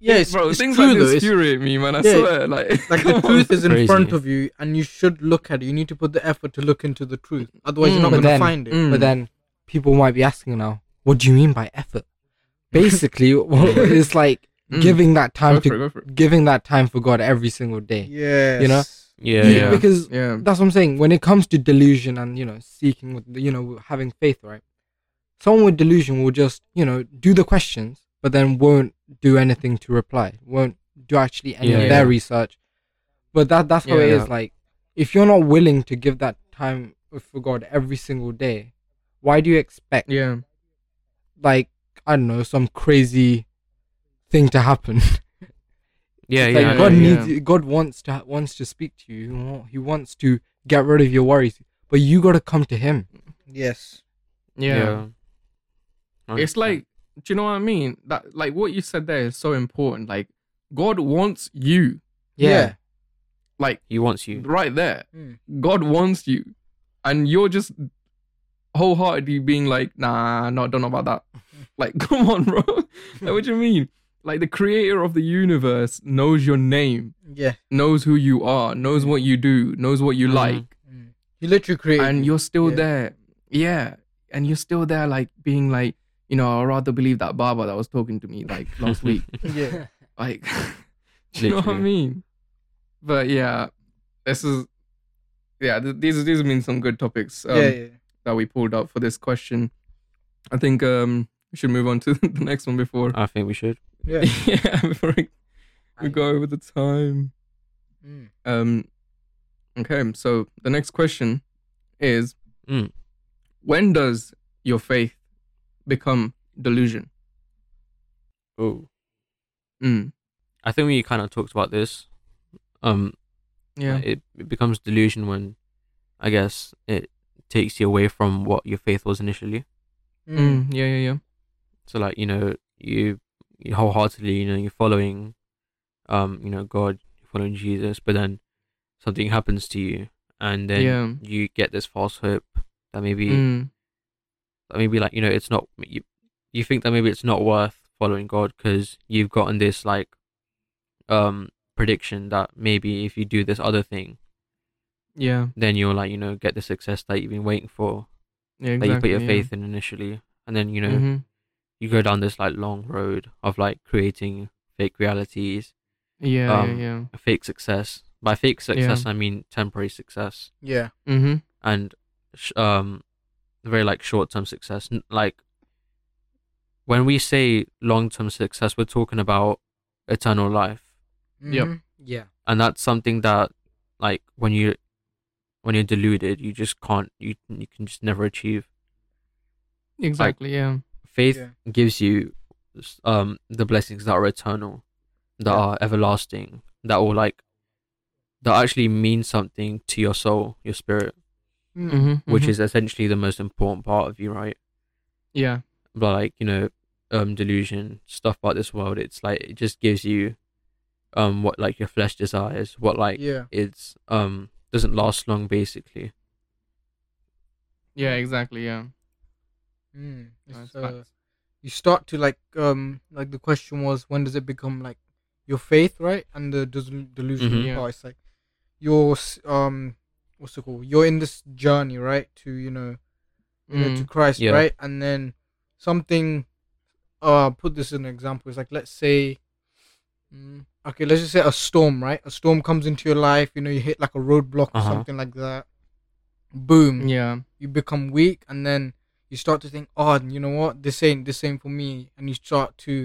[SPEAKER 3] Yeah, it's,
[SPEAKER 1] bro,
[SPEAKER 3] it's
[SPEAKER 1] things
[SPEAKER 3] true
[SPEAKER 1] like
[SPEAKER 3] though.
[SPEAKER 1] this
[SPEAKER 3] It's-
[SPEAKER 1] infuriate me, man. I
[SPEAKER 3] yeah,
[SPEAKER 1] swear, like,
[SPEAKER 3] like the
[SPEAKER 1] come on.
[SPEAKER 3] truth is in
[SPEAKER 2] Crazy.
[SPEAKER 3] front of you, and you should look at it. You need to put the effort to look into the truth. Otherwise, you're
[SPEAKER 1] Mm.
[SPEAKER 3] not
[SPEAKER 1] But
[SPEAKER 3] going to
[SPEAKER 4] then-
[SPEAKER 3] find it.
[SPEAKER 1] Mm.
[SPEAKER 4] But then people might be asking now, what do you mean by effort? Basically, what- it's like
[SPEAKER 1] Mm.
[SPEAKER 4] giving that time
[SPEAKER 1] Go for it,
[SPEAKER 4] to
[SPEAKER 1] go for it.
[SPEAKER 4] giving that time for God every single day.
[SPEAKER 3] Yes.
[SPEAKER 4] You know?
[SPEAKER 2] yeah.
[SPEAKER 4] Be-
[SPEAKER 2] Yeah.
[SPEAKER 4] Because
[SPEAKER 1] Yeah,
[SPEAKER 4] that's what I'm saying. When it comes to delusion and you know seeking, with you know having faith, right? Someone with delusion will just you know do the questions, but then won't do anything to reply. Won't do actually any
[SPEAKER 2] Yeah,
[SPEAKER 4] of their
[SPEAKER 2] yeah.
[SPEAKER 4] research. But that that's how it
[SPEAKER 1] Yeah.
[SPEAKER 4] is. Like if you're not willing to give that time for God every single day, why do you expect
[SPEAKER 1] yeah.
[SPEAKER 4] like I don't know some crazy thing to happen?
[SPEAKER 2] Yeah.
[SPEAKER 4] It's
[SPEAKER 2] Yeah.
[SPEAKER 4] like
[SPEAKER 1] yeah,
[SPEAKER 4] God
[SPEAKER 1] yeah,
[SPEAKER 4] needs God wants to wants to speak to you. He wa- He wants to get rid of your worries, but you got to come to Him.
[SPEAKER 3] Yes.
[SPEAKER 1] Yeah.
[SPEAKER 2] Hundred
[SPEAKER 1] It's
[SPEAKER 2] percent.
[SPEAKER 1] like, do you know what I mean? That like what you said there is so important. Like God wants you.
[SPEAKER 3] Yeah.
[SPEAKER 1] Like
[SPEAKER 2] he wants you.
[SPEAKER 1] right there.
[SPEAKER 3] Mm.
[SPEAKER 1] God wants you. And you're just wholeheartedly being like, nah, no, don't know about that. like, come on, bro. like what do you mean? like the creator of the universe knows your name,
[SPEAKER 3] Yeah.
[SPEAKER 1] knows who you are, knows what you do, knows what you
[SPEAKER 4] Mm-hmm.
[SPEAKER 2] Mhm.
[SPEAKER 1] like,
[SPEAKER 3] Mm. He literally created.
[SPEAKER 1] and
[SPEAKER 3] you.
[SPEAKER 1] you're still
[SPEAKER 3] Yeah.
[SPEAKER 1] there. Yeah, and you're still there, like being like, you know, I'd rather believe that Baba that was talking to me like last week.
[SPEAKER 3] Yeah.
[SPEAKER 1] Like, do you know what I
[SPEAKER 2] Literally.
[SPEAKER 1] mean? But yeah, this is yeah. Th- these these have been some good topics um,
[SPEAKER 3] yeah. Yeah.
[SPEAKER 1] that we pulled up for this question. I think um we should move on to the next one before
[SPEAKER 2] I think we should.
[SPEAKER 3] Yeah.
[SPEAKER 1] yeah before we, we go over the time.
[SPEAKER 3] Mm.
[SPEAKER 1] Um, okay, so the next question is,
[SPEAKER 2] Mm.
[SPEAKER 1] when does your faith become delusion?
[SPEAKER 2] Oh,
[SPEAKER 1] Mm.
[SPEAKER 2] I think we kind of talked about this. Um,
[SPEAKER 1] Yeah,
[SPEAKER 2] it, it becomes delusion when, I guess, it takes you away from what your faith was initially.
[SPEAKER 3] Mm.
[SPEAKER 2] hmm.
[SPEAKER 1] mm. yeah, yeah, yeah.
[SPEAKER 2] So like you know you, you wholeheartedly you know you're following, um you know God, you're following Jesus, but then something happens to you, and then
[SPEAKER 1] Yeah.
[SPEAKER 2] you get this false hope that maybe
[SPEAKER 1] Mm.
[SPEAKER 2] that maybe like you know it's not you, you think that maybe it's not worth following God because you've gotten this like, um prediction that maybe if you do this other thing,
[SPEAKER 1] Yeah,
[SPEAKER 2] then you'll like you know get the success that you've been waiting for
[SPEAKER 1] yeah,
[SPEAKER 2] that
[SPEAKER 1] exactly.
[SPEAKER 2] you put your
[SPEAKER 1] yeah.
[SPEAKER 2] faith in initially, and then you know
[SPEAKER 1] Mhm.
[SPEAKER 2] you go down this like long road of like creating fake realities,
[SPEAKER 1] Yeah,
[SPEAKER 2] Um,
[SPEAKER 1] yeah,
[SPEAKER 2] fake success. By fake success, I mean temporary success
[SPEAKER 3] Yeah.
[SPEAKER 1] yeah. Mm-hmm.
[SPEAKER 2] and sh- um, very like short term success. N- Like when we say long term success, we're talking about eternal life,
[SPEAKER 1] Yep.
[SPEAKER 3] Mhm.
[SPEAKER 4] Yeah.
[SPEAKER 2] and that's something that like when you when you're deluded, you just can't you you can just never achieve.
[SPEAKER 1] Exactly. yeah.
[SPEAKER 2] faith
[SPEAKER 3] Yeah.
[SPEAKER 2] gives you s- um the blessings that are eternal that
[SPEAKER 3] Yeah.
[SPEAKER 2] are everlasting that will like that actually mean something to your soul your spirit
[SPEAKER 3] Hmm.
[SPEAKER 1] Mm-hmm,
[SPEAKER 2] which is essentially the most important part of you right
[SPEAKER 1] yeah.
[SPEAKER 2] but like you know um delusion stuff about this world it's like it just gives you um what like your flesh desires what like
[SPEAKER 3] yeah.
[SPEAKER 2] it's um doesn't last long basically
[SPEAKER 1] Yeah. Exactly. Yeah.
[SPEAKER 3] Mm. It's,
[SPEAKER 1] That's
[SPEAKER 3] uh,
[SPEAKER 1] facts.
[SPEAKER 3] you start to like um like the question was when does it become like your faith right and the del- delusion
[SPEAKER 2] Mhm.
[SPEAKER 1] Yeah.
[SPEAKER 3] part it's like you're s- um what's it called you're in this journey right to you know you know, to
[SPEAKER 1] Mm.
[SPEAKER 3] Christ,
[SPEAKER 2] Yeah.
[SPEAKER 3] right? And then something, uh, put this in an example. It's like let's say, mm, okay, let's just say a storm, right? A storm comes into your life. You know, you hit like a roadblock or
[SPEAKER 2] Uh-huh.
[SPEAKER 3] something like that.
[SPEAKER 2] hmm.
[SPEAKER 3] Boom,
[SPEAKER 1] Yeah.
[SPEAKER 3] you become weak, and then you start to think, oh, you know what? This ain't this ain't for me, and you start to,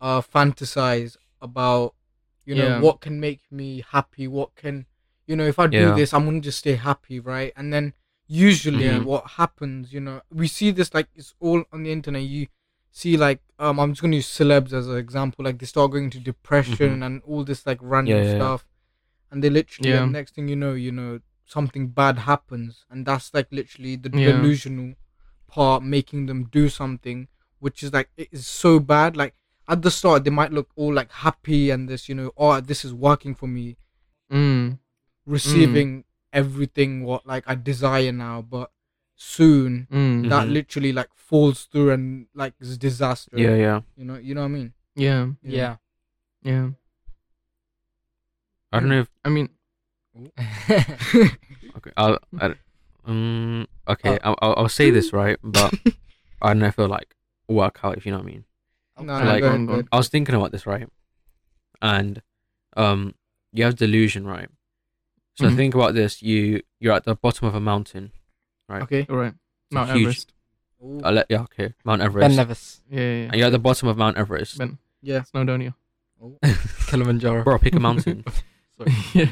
[SPEAKER 3] uh, fantasize about, you know,
[SPEAKER 1] Yeah.
[SPEAKER 3] what can make me happy, what can, you know, if I do
[SPEAKER 2] Yeah.
[SPEAKER 3] this, I'm gonna just stay happy, right? And then usually
[SPEAKER 2] Mm-hmm.
[SPEAKER 1] Yeah.
[SPEAKER 3] what happens you know we see this like it's all on the internet you see like um i'm just gonna use celebs as an example like they start going into depression and all this like random
[SPEAKER 2] Mm-hmm. Yeah, yeah, yeah.
[SPEAKER 3] stuff and they literally
[SPEAKER 1] Yeah.
[SPEAKER 3] and next thing you know you know something bad happens and that's like literally the
[SPEAKER 1] Yeah.
[SPEAKER 3] delusional part making them do something which is like it is so bad like at the start they might look all like happy and this you know oh this is working for me
[SPEAKER 1] Mm.
[SPEAKER 2] Mm.
[SPEAKER 3] receiving everything what like I desire now, but soon
[SPEAKER 1] Mm.
[SPEAKER 3] that
[SPEAKER 2] Mhm.
[SPEAKER 3] literally like falls through and like is disaster.
[SPEAKER 2] yeah yeah
[SPEAKER 3] You know, you know what I mean?
[SPEAKER 1] Yeah.
[SPEAKER 4] Yeah.
[SPEAKER 1] Yeah.
[SPEAKER 2] i don't know if
[SPEAKER 1] I mean.
[SPEAKER 2] Okay, I'll, I'll um, okay, I'll, I'll I'll say this right, but I don't know if it'll like work out if you know what I mean.
[SPEAKER 3] no,
[SPEAKER 1] I
[SPEAKER 3] no,
[SPEAKER 2] like-
[SPEAKER 3] go ahead,
[SPEAKER 1] I'm
[SPEAKER 3] go
[SPEAKER 1] gone.
[SPEAKER 3] ahead.
[SPEAKER 2] I was thinking about this right, and um, you have delusion right. So
[SPEAKER 1] Mhm.
[SPEAKER 2] think about this: you you're at the bottom of a mountain,
[SPEAKER 3] Okay.
[SPEAKER 1] All right.
[SPEAKER 2] a
[SPEAKER 1] Mount
[SPEAKER 2] huge-
[SPEAKER 1] Everest.
[SPEAKER 3] Oh,
[SPEAKER 2] uh, le- yeah, okay, Mount
[SPEAKER 4] Ben
[SPEAKER 2] Everest,
[SPEAKER 4] Nevis.
[SPEAKER 1] Yeah. Yeah.
[SPEAKER 2] and
[SPEAKER 1] yeah.
[SPEAKER 2] you're at the bottom of Mount Everest.
[SPEAKER 1] Ben.
[SPEAKER 3] Yeah. Oh,
[SPEAKER 1] Snowdonia.
[SPEAKER 4] Kilimanjaro.
[SPEAKER 2] Bro, pick a mountain,
[SPEAKER 1] yeah. Yeah.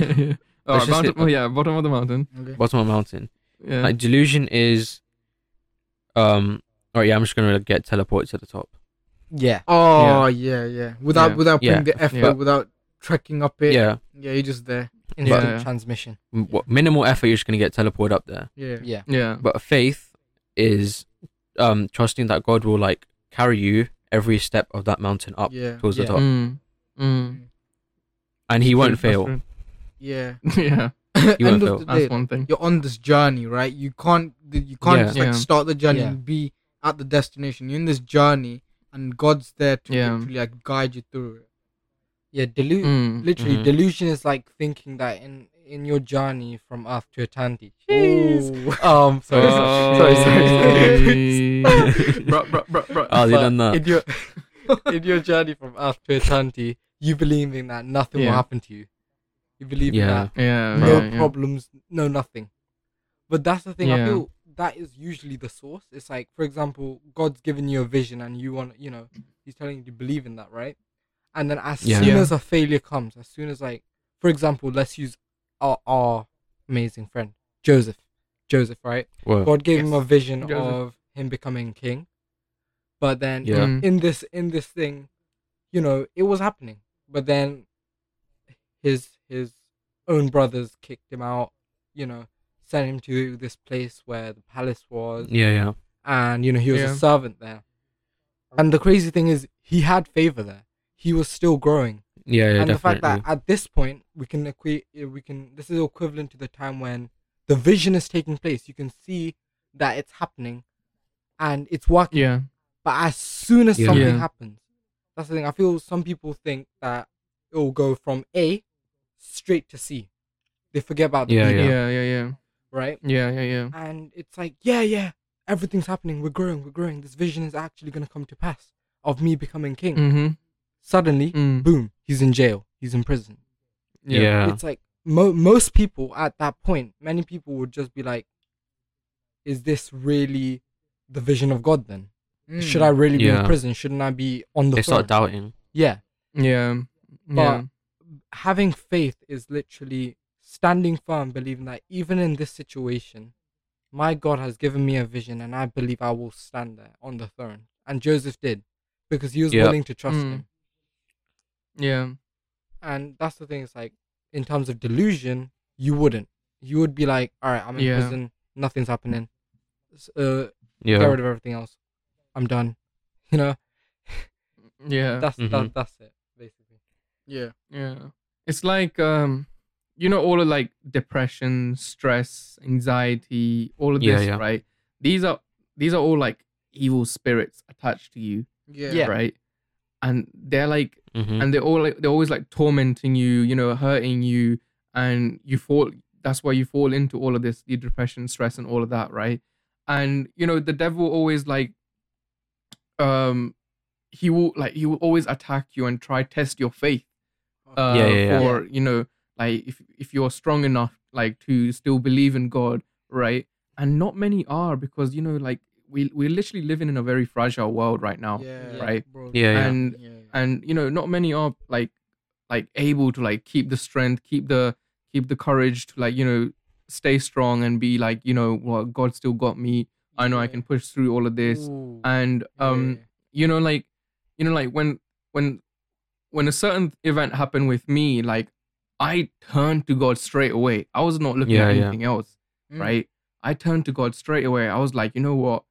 [SPEAKER 1] All right.
[SPEAKER 2] just
[SPEAKER 1] Bottom,
[SPEAKER 2] get-
[SPEAKER 1] oh, yeah. Bottom of the mountain.
[SPEAKER 3] Okay.
[SPEAKER 2] bottom of a mountain.
[SPEAKER 1] Yeah.
[SPEAKER 2] Like delusion is, um, all right, yeah, I'm just gonna get teleported to the top.
[SPEAKER 4] Yeah.
[SPEAKER 3] Oh yeah, yeah. Without
[SPEAKER 1] Yeah.
[SPEAKER 3] without putting
[SPEAKER 2] Yeah.
[SPEAKER 3] the effort,
[SPEAKER 1] Yeah.
[SPEAKER 3] without trekking up it.
[SPEAKER 2] Yeah,
[SPEAKER 3] Yeah, you're just there.
[SPEAKER 4] Instant
[SPEAKER 1] Yeah.
[SPEAKER 4] transmission.
[SPEAKER 2] m- what minimal effort, you're just gonna get teleported up there.
[SPEAKER 3] Yeah.
[SPEAKER 4] Yeah.
[SPEAKER 1] yeah.
[SPEAKER 2] But faith is um trusting that God will like carry you every step of that mountain up
[SPEAKER 3] Yeah.
[SPEAKER 2] towards
[SPEAKER 3] yeah.
[SPEAKER 2] the top,
[SPEAKER 1] Mm. Mm.
[SPEAKER 2] and He won't fail.
[SPEAKER 1] That's
[SPEAKER 3] Yeah.
[SPEAKER 1] true. yeah.
[SPEAKER 2] You won't
[SPEAKER 3] End
[SPEAKER 2] fail.
[SPEAKER 3] of the
[SPEAKER 1] That's
[SPEAKER 3] day,
[SPEAKER 1] one thing.
[SPEAKER 3] you're on this journey, right? You can't you can't
[SPEAKER 2] Yeah.
[SPEAKER 3] just like
[SPEAKER 1] Yeah.
[SPEAKER 3] start the journey
[SPEAKER 4] Yeah.
[SPEAKER 3] and be at the destination. You're in this journey, and God's there to
[SPEAKER 1] Yeah.
[SPEAKER 3] literally, like guide you through it.
[SPEAKER 4] Yeah, delu-
[SPEAKER 1] Mm.
[SPEAKER 4] literally
[SPEAKER 2] Mhm.
[SPEAKER 4] delusion is like thinking that in in your journey from earth to eternity.
[SPEAKER 3] Jeez.
[SPEAKER 4] Um, sorry, sorry, sorry, sorry.
[SPEAKER 1] bro, bro, bro, bro.
[SPEAKER 2] Oh, they
[SPEAKER 4] But
[SPEAKER 2] done that.
[SPEAKER 4] In your in your journey from earth to eternity, you believing that nothing
[SPEAKER 1] Yeah.
[SPEAKER 4] will happen to you. You believe in
[SPEAKER 2] Yeah.
[SPEAKER 4] that
[SPEAKER 1] yeah,
[SPEAKER 4] no
[SPEAKER 1] yeah, yeah.
[SPEAKER 4] problems, no nothing. But that's the thing.
[SPEAKER 1] Yeah.
[SPEAKER 4] I feel that is usually the source. It's like, for example, God's given you a vision, and you want, you know, He's telling you to believe in that, right? And then as
[SPEAKER 2] Yeah.
[SPEAKER 4] soon
[SPEAKER 1] Yeah.
[SPEAKER 4] as a failure comes, as soon as like, for example, let's use our, our amazing friend Joseph. Joseph, right?
[SPEAKER 2] Well,
[SPEAKER 4] God gave him a
[SPEAKER 1] Yes.
[SPEAKER 4] vision
[SPEAKER 1] Joseph.
[SPEAKER 4] of him becoming king, but then
[SPEAKER 2] Yeah.
[SPEAKER 1] Mm.
[SPEAKER 4] in this in this thing, you know, it was happening. But then his his own brothers kicked him out, you know, sent him to this place where the palace was
[SPEAKER 2] yeah, yeah.
[SPEAKER 4] and you know, he was
[SPEAKER 1] Yeah.
[SPEAKER 4] a servant there. And the crazy thing is he had favor there. He was still growing.
[SPEAKER 2] Yeah, yeah,
[SPEAKER 4] and the
[SPEAKER 2] definitely.
[SPEAKER 4] fact that at this point we can equate we can this is equivalent to the time when the vision is taking place. You can see that it's happening and it's working
[SPEAKER 1] yeah,
[SPEAKER 4] but as soon as
[SPEAKER 2] Yeah.
[SPEAKER 4] something
[SPEAKER 1] Yeah.
[SPEAKER 4] happens, that's the thing. I feel some people think that it will go from A straight to C. They forget about the
[SPEAKER 2] Yeah,
[SPEAKER 4] B,
[SPEAKER 1] yeah, yeah, yeah,
[SPEAKER 4] right?
[SPEAKER 1] yeah, yeah, yeah.
[SPEAKER 4] And it's like, yeah, yeah, everything's happening. We're growing. We're growing. This vision is actually going to come to pass of me becoming king.
[SPEAKER 2] Mm.
[SPEAKER 1] Mm-hmm.
[SPEAKER 4] Suddenly,
[SPEAKER 1] Mm.
[SPEAKER 4] boom, he's in jail. He's in prison.
[SPEAKER 2] yeah,
[SPEAKER 4] It's like mo- most people at that point, many people would just be like, is this really the vision of God then?
[SPEAKER 3] Mm.
[SPEAKER 4] Should I really be
[SPEAKER 2] Mm. Yeah.
[SPEAKER 4] in prison? Shouldn't I be on the
[SPEAKER 2] they
[SPEAKER 4] throne?
[SPEAKER 2] start doubting.
[SPEAKER 4] Yeah.
[SPEAKER 1] yeah, yeah,
[SPEAKER 4] Having faith is literally standing firm, believing that even in this situation, my God has given me a vision and I believe I will stand there on the throne. And Joseph did because he was
[SPEAKER 2] Yeah.
[SPEAKER 4] willing to trust
[SPEAKER 1] Mm.
[SPEAKER 4] him.
[SPEAKER 1] yeah,
[SPEAKER 4] And that's the thing, it's like in terms of delusion, you wouldn't. You would be like, all right, I'm in
[SPEAKER 1] Yeah.
[SPEAKER 4] prison, nothing's happening. S- Uh,
[SPEAKER 2] Yeah,
[SPEAKER 4] Get rid of everything else. I'm done. You know,
[SPEAKER 1] yeah.
[SPEAKER 4] that's
[SPEAKER 3] Mm-hmm.
[SPEAKER 2] Mhm.
[SPEAKER 4] that, that's it, basically.
[SPEAKER 3] Yeah.
[SPEAKER 1] Yeah. It's like um you know all of like depression, stress, anxiety, all of
[SPEAKER 2] Yeah,
[SPEAKER 1] this,
[SPEAKER 2] yeah.
[SPEAKER 1] right? These are these are all like evil spirits attached to you,
[SPEAKER 3] Yeah.
[SPEAKER 4] Yeah.
[SPEAKER 1] right? And they're like
[SPEAKER 2] hmm
[SPEAKER 1] and they're all like they're always like tormenting you, you know, hurting you and you fall that's why you fall into all of this, the depression, stress and all of that, right? And you know, the devil always like um he will like he will always attack you and try test your faith uh,
[SPEAKER 2] Yeah, yeah, yeah.
[SPEAKER 1] for you know like if if you're strong enough like to still believe in god right and not many are because you know like we we're literally living in a very fragile world right now
[SPEAKER 3] Yeah.
[SPEAKER 1] right
[SPEAKER 3] Bro,
[SPEAKER 2] yeah, yeah.
[SPEAKER 1] and
[SPEAKER 3] yeah.
[SPEAKER 1] and you know not many are like like able to like keep the strength keep the keep the courage to like you know stay strong and be like you know well god still got me i know i
[SPEAKER 3] Yeah.
[SPEAKER 1] can push through all of this
[SPEAKER 3] Ooh,
[SPEAKER 1] and um
[SPEAKER 3] yeah.
[SPEAKER 1] you know like you know like when when when a certain event happened with me like i turned to god straight away i was not looking
[SPEAKER 2] Yeah,
[SPEAKER 1] at
[SPEAKER 2] yeah.
[SPEAKER 1] anything else
[SPEAKER 3] Mm.
[SPEAKER 1] right i turned to god straight away i was like you know what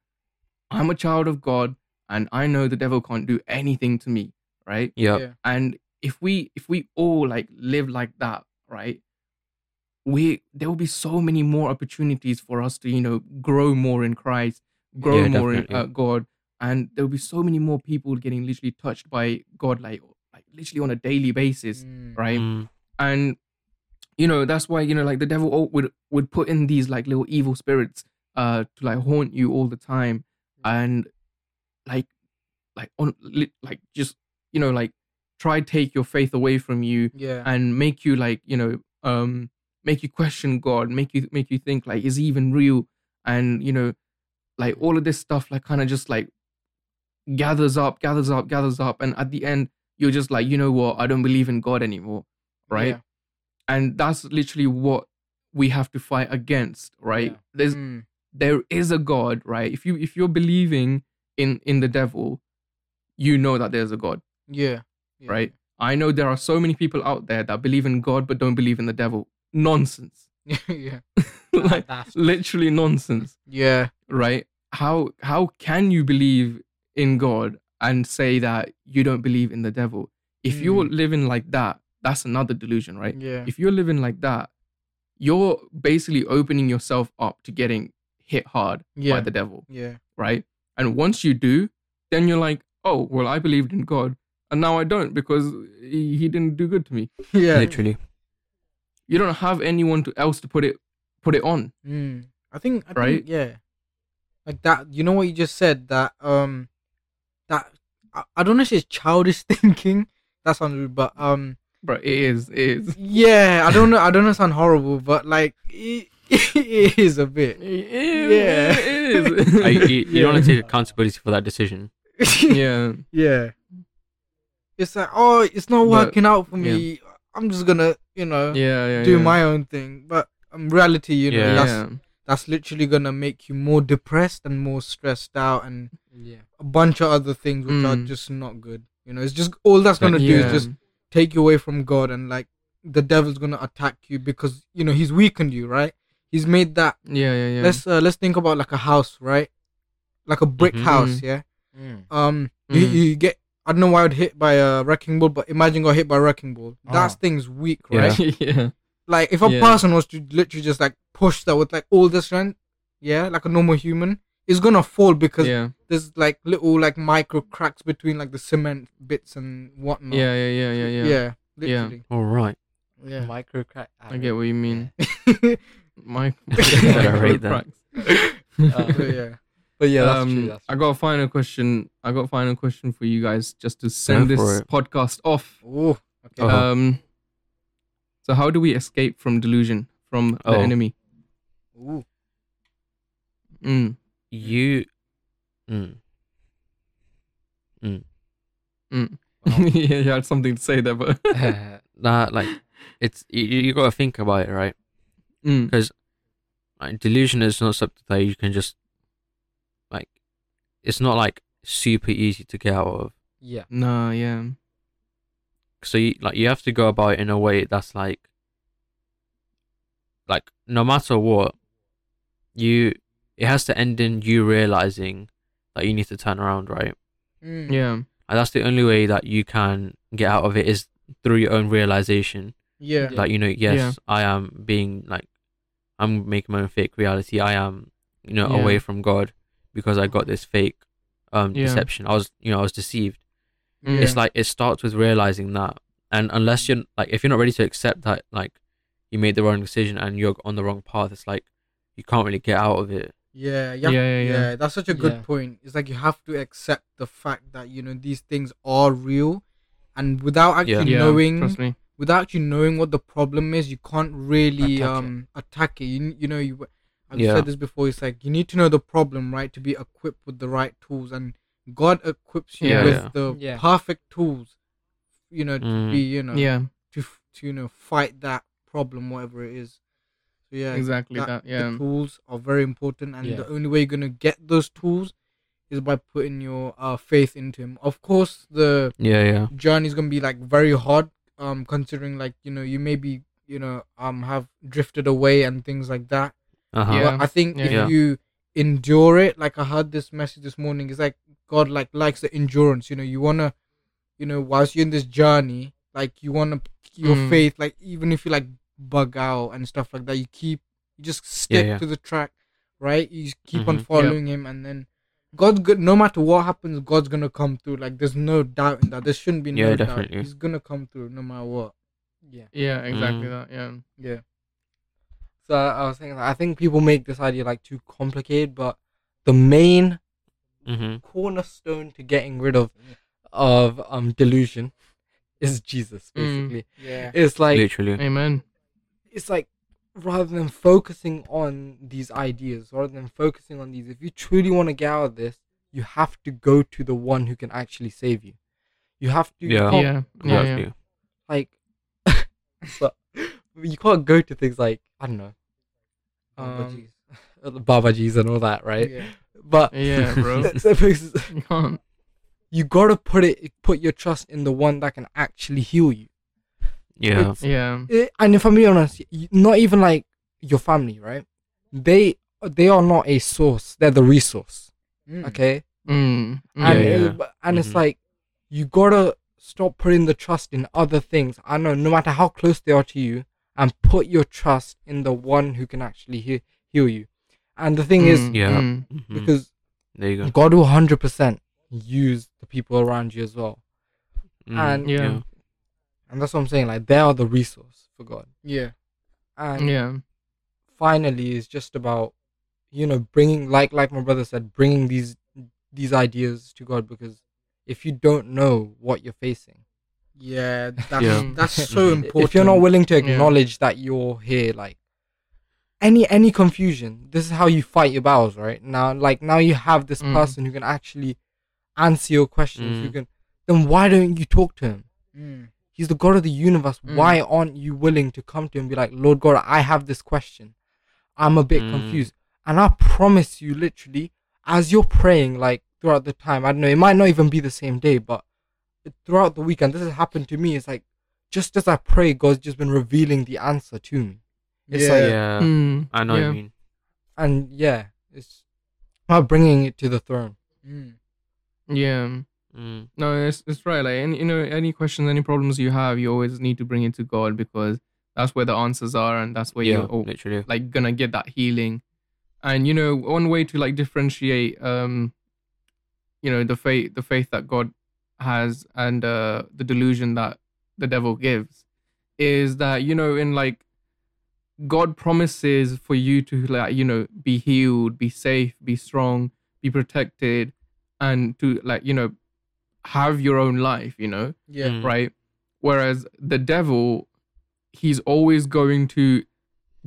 [SPEAKER 1] i'm a child of god and i know the devil can't do anything to me right
[SPEAKER 2] yeah,
[SPEAKER 3] Yeah.
[SPEAKER 1] and if we if we all like live like that right we there will be so many more opportunities for us to you know grow more in christ grow
[SPEAKER 2] Yeah,
[SPEAKER 1] more in
[SPEAKER 2] definitely.
[SPEAKER 1] uh, god and there will be so many more people getting literally touched by god like like literally on a daily basis
[SPEAKER 3] Mm.
[SPEAKER 1] right
[SPEAKER 2] Mm.
[SPEAKER 1] and you know that's why you know like the devil al- would would put in these like little evil spirits uh to like haunt you all the time and like like on li- like just you know like try take your faith away from you
[SPEAKER 3] Yeah.
[SPEAKER 1] and make you like you know um make you question god make you make you think like is he even real and you know like all of this stuff like kind of just like gathers up gathers up gathers up and at the end you're just like you know what i don't believe in god anymore right
[SPEAKER 3] Yeah.
[SPEAKER 1] and that's literally what we have to fight against right
[SPEAKER 4] Yeah.
[SPEAKER 1] there's
[SPEAKER 3] Mm.
[SPEAKER 1] there is a god right if you if you're believing in in the devil you know that there's a god
[SPEAKER 3] Yeah. Yeah.
[SPEAKER 1] right i know there are so many people out there that believe in god but don't believe in the devil nonsense
[SPEAKER 3] yeah.
[SPEAKER 1] like
[SPEAKER 4] That's-
[SPEAKER 1] literally nonsense
[SPEAKER 3] Yeah.
[SPEAKER 1] right how how can you believe in god and say that you don't believe in the devil if you're
[SPEAKER 3] Mm.
[SPEAKER 1] living like that that's another delusion right
[SPEAKER 3] Yeah.
[SPEAKER 1] if you're living like that, you're basically opening yourself up to getting hit hard by
[SPEAKER 3] Yeah.
[SPEAKER 1] the devil,
[SPEAKER 3] Yeah.
[SPEAKER 1] right? And once you do, then you're like, oh, well, I believed in God and now I don't because he, he didn't do good to me.
[SPEAKER 3] yeah.
[SPEAKER 2] Literally.
[SPEAKER 1] You don't have anyone to, else to put it put it on.
[SPEAKER 3] Mm. I think I think,
[SPEAKER 1] Right?
[SPEAKER 3] yeah, like that. You know what you just said that um, that I, I don't know if it's childish thinking. That sounds rude, but um,
[SPEAKER 1] But it is, it is.
[SPEAKER 3] yeah, I don't know. I don't know. Sound horrible, but like it, it is a bit. Yeah.
[SPEAKER 1] It is.
[SPEAKER 2] I, you you don't
[SPEAKER 1] Yeah.
[SPEAKER 2] want to take accountability for that decision.
[SPEAKER 1] yeah.
[SPEAKER 3] yeah, it's like oh, it's not
[SPEAKER 1] But-
[SPEAKER 3] working out for
[SPEAKER 1] yeah.
[SPEAKER 3] me. I'm just gonna you know
[SPEAKER 1] Yeah, yeah.
[SPEAKER 3] do
[SPEAKER 1] yeah.
[SPEAKER 3] my own thing. But um, reality, you know,
[SPEAKER 2] Yeah.
[SPEAKER 3] that's
[SPEAKER 1] yeah.
[SPEAKER 3] that's literally gonna make you more depressed and more stressed out and
[SPEAKER 4] Yeah.
[SPEAKER 3] a bunch of other things which are
[SPEAKER 1] Mm.
[SPEAKER 3] just not good. You know, it's just all that's gonna do
[SPEAKER 1] Yeah.
[SPEAKER 3] is just take you away from God and like the devil's gonna attack you because you know he's weakened you, right? He's made that.
[SPEAKER 1] yeah, yeah, yeah.
[SPEAKER 3] Let's uh, let's think about like a house, right? Like a brick
[SPEAKER 1] Mm-hmm.
[SPEAKER 2] Mhm.
[SPEAKER 3] house, yeah. Um, you,
[SPEAKER 1] Mm.
[SPEAKER 3] you get I don't know why I would hit by a wrecking ball, but imagine got hit by a wrecking ball. That
[SPEAKER 4] Ah.
[SPEAKER 3] thing's weak,
[SPEAKER 2] Yeah.
[SPEAKER 3] right?
[SPEAKER 1] yeah.
[SPEAKER 3] Like if a
[SPEAKER 1] Yeah.
[SPEAKER 3] person was to literally just like push that with like all this strength, yeah, like a normal human, it's gonna fall because
[SPEAKER 1] Yeah.
[SPEAKER 3] there's like little like micro cracks between like the cement bits and whatnot.
[SPEAKER 1] Yeah, yeah, yeah, yeah, yeah.
[SPEAKER 3] yeah,
[SPEAKER 1] Yeah.
[SPEAKER 3] literally.
[SPEAKER 2] All right.
[SPEAKER 3] Yeah,
[SPEAKER 4] Micro crack.
[SPEAKER 1] I get what you mean. My
[SPEAKER 2] Better rate that.
[SPEAKER 1] cracks.
[SPEAKER 3] So, yeah.
[SPEAKER 4] Uh, But yeah, that's
[SPEAKER 1] Um,
[SPEAKER 4] true. That's
[SPEAKER 1] I
[SPEAKER 4] true.
[SPEAKER 1] got a final question. I got a final question for you guys just to send
[SPEAKER 2] Go for
[SPEAKER 1] this
[SPEAKER 2] it.
[SPEAKER 1] podcast off.
[SPEAKER 3] Oh, okay.
[SPEAKER 2] Uh-huh.
[SPEAKER 1] Um, so how do we escape from delusion from the
[SPEAKER 2] Oh.
[SPEAKER 1] enemy?
[SPEAKER 3] Ooh.
[SPEAKER 1] Mm,
[SPEAKER 2] You. Mm.
[SPEAKER 1] mm.
[SPEAKER 4] Wow.
[SPEAKER 1] yeah, yeah, I had something to say there, but
[SPEAKER 2] that like, it's you, you got to think about it, right?
[SPEAKER 1] Mm,
[SPEAKER 2] Like, delusion is not something that you can just like. It's not like super easy to get out of.
[SPEAKER 4] yeah.
[SPEAKER 1] no, yeah,
[SPEAKER 2] so you, like you have to go about it in a way that's like like no matter what you it has to end in you realizing that you need to turn around right
[SPEAKER 3] Mm.
[SPEAKER 1] yeah,
[SPEAKER 2] and that's the only way that you can get out of it is through your own realization
[SPEAKER 3] Yeah.
[SPEAKER 4] Yeah.
[SPEAKER 2] like you know yes i am being like i'm making my own fake reality i am you know
[SPEAKER 1] Yeah.
[SPEAKER 2] away from god because i got this fake um
[SPEAKER 1] Yeah.
[SPEAKER 2] deception i was you know i was deceived
[SPEAKER 1] Mm.
[SPEAKER 2] it's like it starts with realizing that and unless you're like if you're not ready to accept that like you made the wrong decision and you're on the wrong path it's like you can't really get out of it
[SPEAKER 3] Yeah. you
[SPEAKER 1] yeah,
[SPEAKER 3] have-
[SPEAKER 1] yeah,
[SPEAKER 3] yeah,
[SPEAKER 1] yeah,
[SPEAKER 3] That's such a good
[SPEAKER 4] Yeah.
[SPEAKER 3] point. It's like you have to accept the fact that you know these things are real, and without
[SPEAKER 2] Yeah.
[SPEAKER 3] actually
[SPEAKER 1] yeah.
[SPEAKER 3] knowing,
[SPEAKER 1] trust me,
[SPEAKER 3] without actually knowing what the problem is, you can't really
[SPEAKER 4] Attack it.
[SPEAKER 3] um attack it. You, you know you. I've
[SPEAKER 2] Yeah.
[SPEAKER 3] said this before. It's like you need to know the problem, right, to be equipped with the right tools, and God equips you
[SPEAKER 1] Yeah.
[SPEAKER 3] with
[SPEAKER 2] Yeah.
[SPEAKER 3] the
[SPEAKER 4] Yeah.
[SPEAKER 3] perfect tools, you know, to
[SPEAKER 2] Mm.
[SPEAKER 3] be, you know,
[SPEAKER 1] yeah,
[SPEAKER 3] to f- to you know fight that problem, whatever it is. So yeah,
[SPEAKER 1] exactly that, yeah,
[SPEAKER 3] the tools are very important, and
[SPEAKER 4] Yeah.
[SPEAKER 3] the only way you're gonna get those tools is by putting your uh, faith into Him. Of course, the
[SPEAKER 2] yeah yeah
[SPEAKER 3] journey is gonna be like very hard um considering like you know you maybe you know um have drifted away and things like that
[SPEAKER 2] uh-huh
[SPEAKER 1] Yeah.
[SPEAKER 3] but i think
[SPEAKER 1] Yeah,
[SPEAKER 3] if
[SPEAKER 2] yeah.
[SPEAKER 3] you endure it like i heard this message this morning it's like god like likes the endurance you know you want to you know whilst you're in this journey like you want to your
[SPEAKER 1] Mm.
[SPEAKER 3] faith like even if you like bug out and stuff like that you keep you just stick
[SPEAKER 2] yeah.
[SPEAKER 3] to the track right you just keep on
[SPEAKER 2] Mhm.
[SPEAKER 1] Yeah.
[SPEAKER 3] following him and then God's good. No matter what happens, God's gonna come through. Like there's no doubt in that. There shouldn't be no
[SPEAKER 2] Yeah,
[SPEAKER 3] doubt.
[SPEAKER 2] definitely.
[SPEAKER 3] He's gonna come through no matter what.
[SPEAKER 4] Yeah.
[SPEAKER 1] yeah, exactly
[SPEAKER 2] Mm.
[SPEAKER 1] that, yeah,
[SPEAKER 3] Yeah.
[SPEAKER 4] So I was thinking, I think people make this idea like too complicated, but the main
[SPEAKER 2] mm-hmm.
[SPEAKER 4] cornerstone to getting rid of of um delusion is Jesus.
[SPEAKER 1] Mm.
[SPEAKER 4] Basically,
[SPEAKER 3] Yeah.
[SPEAKER 4] it's like
[SPEAKER 2] literally
[SPEAKER 1] amen,
[SPEAKER 4] it's like rather than focusing on these ideas, rather than focusing on these, if you truly want to get out of this, you have to go to the one who can actually save you. You have to you
[SPEAKER 2] Oh, Yeah.
[SPEAKER 4] can't,
[SPEAKER 1] yeah, yeah, yeah,
[SPEAKER 2] Exactly.
[SPEAKER 4] like, but you can't go to things like I don't know,
[SPEAKER 3] Baba
[SPEAKER 4] um,
[SPEAKER 3] G's.
[SPEAKER 4] Baba G's and all that, right?
[SPEAKER 3] Yeah.
[SPEAKER 4] But
[SPEAKER 1] yeah, bro,
[SPEAKER 4] That's- that makes-
[SPEAKER 1] you can't,
[SPEAKER 4] you gotta put it put your trust in the one that can actually heal you
[SPEAKER 2] yeah
[SPEAKER 4] It's-
[SPEAKER 1] yeah,
[SPEAKER 4] Eh, and if i'm being honest y- not even like your family right they they are not a source they're the resource
[SPEAKER 3] Mm.
[SPEAKER 4] okay
[SPEAKER 1] mm,
[SPEAKER 2] Yeah,
[SPEAKER 4] and,
[SPEAKER 1] mm,
[SPEAKER 4] it-
[SPEAKER 2] yeah.
[SPEAKER 4] but- and it's
[SPEAKER 2] Mhm.
[SPEAKER 4] like you gotta stop putting the trust in other things i know no matter how close they are to you and put your trust in the one who can actually he- heal you and the thing is
[SPEAKER 1] mm,
[SPEAKER 2] Yeah.
[SPEAKER 1] mm,
[SPEAKER 2] Mhm.
[SPEAKER 4] because
[SPEAKER 2] there you go
[SPEAKER 4] god will 100% use the people around you as well.
[SPEAKER 2] Mm-hmm.
[SPEAKER 4] And-
[SPEAKER 1] Yeah.
[SPEAKER 4] And that's what I'm saying. Like they are the resource for God.
[SPEAKER 3] Yeah.
[SPEAKER 4] And
[SPEAKER 1] yeah
[SPEAKER 4] finally, it's just about you know bringing like like my brother said, bringing these these ideas to God because if you don't know what you're facing,
[SPEAKER 3] Yeah. That's
[SPEAKER 1] Yeah.
[SPEAKER 3] that's so
[SPEAKER 2] Mhm.
[SPEAKER 3] important.
[SPEAKER 4] if you're not willing to
[SPEAKER 1] Yeah.
[SPEAKER 4] acknowledge that you're here like any any confusion this is how you fight your battles right now like now you have this
[SPEAKER 1] Mm.
[SPEAKER 4] person who can actually answer your questions who
[SPEAKER 2] Mm.
[SPEAKER 4] can then why don't you talk to him
[SPEAKER 3] Mm.
[SPEAKER 4] he's the god of the universe
[SPEAKER 1] Mm.
[SPEAKER 4] why aren't you willing to come to him and be like lord god i have this question i'm a bit
[SPEAKER 2] Mm.
[SPEAKER 4] confused and i promise you literally as you're praying like throughout the time i don't know it might not even be the same day but throughout the weekend this has happened to me it's like just as i pray god's just been revealing the answer to me It's
[SPEAKER 3] yeah.
[SPEAKER 4] like-
[SPEAKER 2] yeah.
[SPEAKER 1] Mm,
[SPEAKER 2] I know what
[SPEAKER 1] yeah.
[SPEAKER 2] you mean.
[SPEAKER 4] and yeah it's about bringing it to the throne
[SPEAKER 3] Mm.
[SPEAKER 1] yeah
[SPEAKER 2] Mm.
[SPEAKER 1] no it's, it's right like any you know any questions any problems you have you always need to bring it to god because that's where the answers are and that's where oh.
[SPEAKER 2] yeah,
[SPEAKER 1] you're al-
[SPEAKER 2] literally.
[SPEAKER 1] like gonna get that healing and you know one way to like differentiate um you know the faith the faith that god has and uh the delusion that the devil gives is that you know in like god promises for you to like you know be healed be safe be strong be protected and to like you know have your own life you know
[SPEAKER 3] Yeah.
[SPEAKER 2] Mm.
[SPEAKER 1] right? Whereas the devil, he's always going to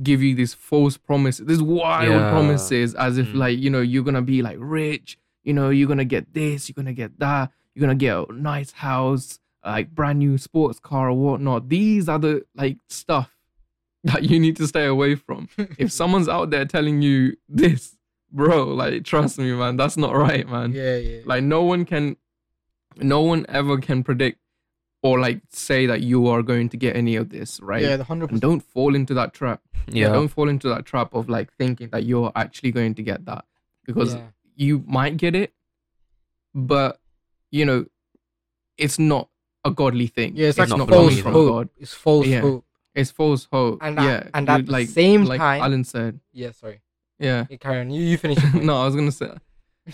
[SPEAKER 1] give you these false promises, these wild
[SPEAKER 2] Yeah.
[SPEAKER 1] promises, as if
[SPEAKER 2] Mm.
[SPEAKER 1] like you know you're gonna be like rich, you know you're gonna get this, you're gonna get that, you're gonna get a nice house, like brand new sports car or whatnot. These are the like stuff that you need to stay away from. if someone's out there telling you this, bro, like trust me, man, that's not right, man
[SPEAKER 3] Yeah. Yeah.
[SPEAKER 1] Mm. like no one can no one ever can predict or like say that you are going to get any of this right
[SPEAKER 3] Yeah. The hundred
[SPEAKER 1] and
[SPEAKER 3] percent.
[SPEAKER 1] don't fall into that trap
[SPEAKER 2] Yeah.
[SPEAKER 1] don't fall into that trap of like thinking that you're actually going to get that because
[SPEAKER 4] Yeah.
[SPEAKER 1] you might get it but you know it's not a godly thing
[SPEAKER 3] Yeah. It's like
[SPEAKER 2] It's
[SPEAKER 1] not
[SPEAKER 2] not
[SPEAKER 3] false
[SPEAKER 1] coming
[SPEAKER 2] belonging
[SPEAKER 1] from
[SPEAKER 3] hope.
[SPEAKER 1] god
[SPEAKER 3] It's false
[SPEAKER 1] Yeah.
[SPEAKER 3] hope.
[SPEAKER 1] it's false hope
[SPEAKER 4] And at-
[SPEAKER 1] yeah
[SPEAKER 4] and at
[SPEAKER 1] dude,
[SPEAKER 4] the
[SPEAKER 1] like
[SPEAKER 4] same
[SPEAKER 1] like
[SPEAKER 4] time-
[SPEAKER 1] alan said
[SPEAKER 4] yeah sorry
[SPEAKER 1] yeah
[SPEAKER 4] yeah, carry on you, you finish your point.
[SPEAKER 1] no, I was gonna say,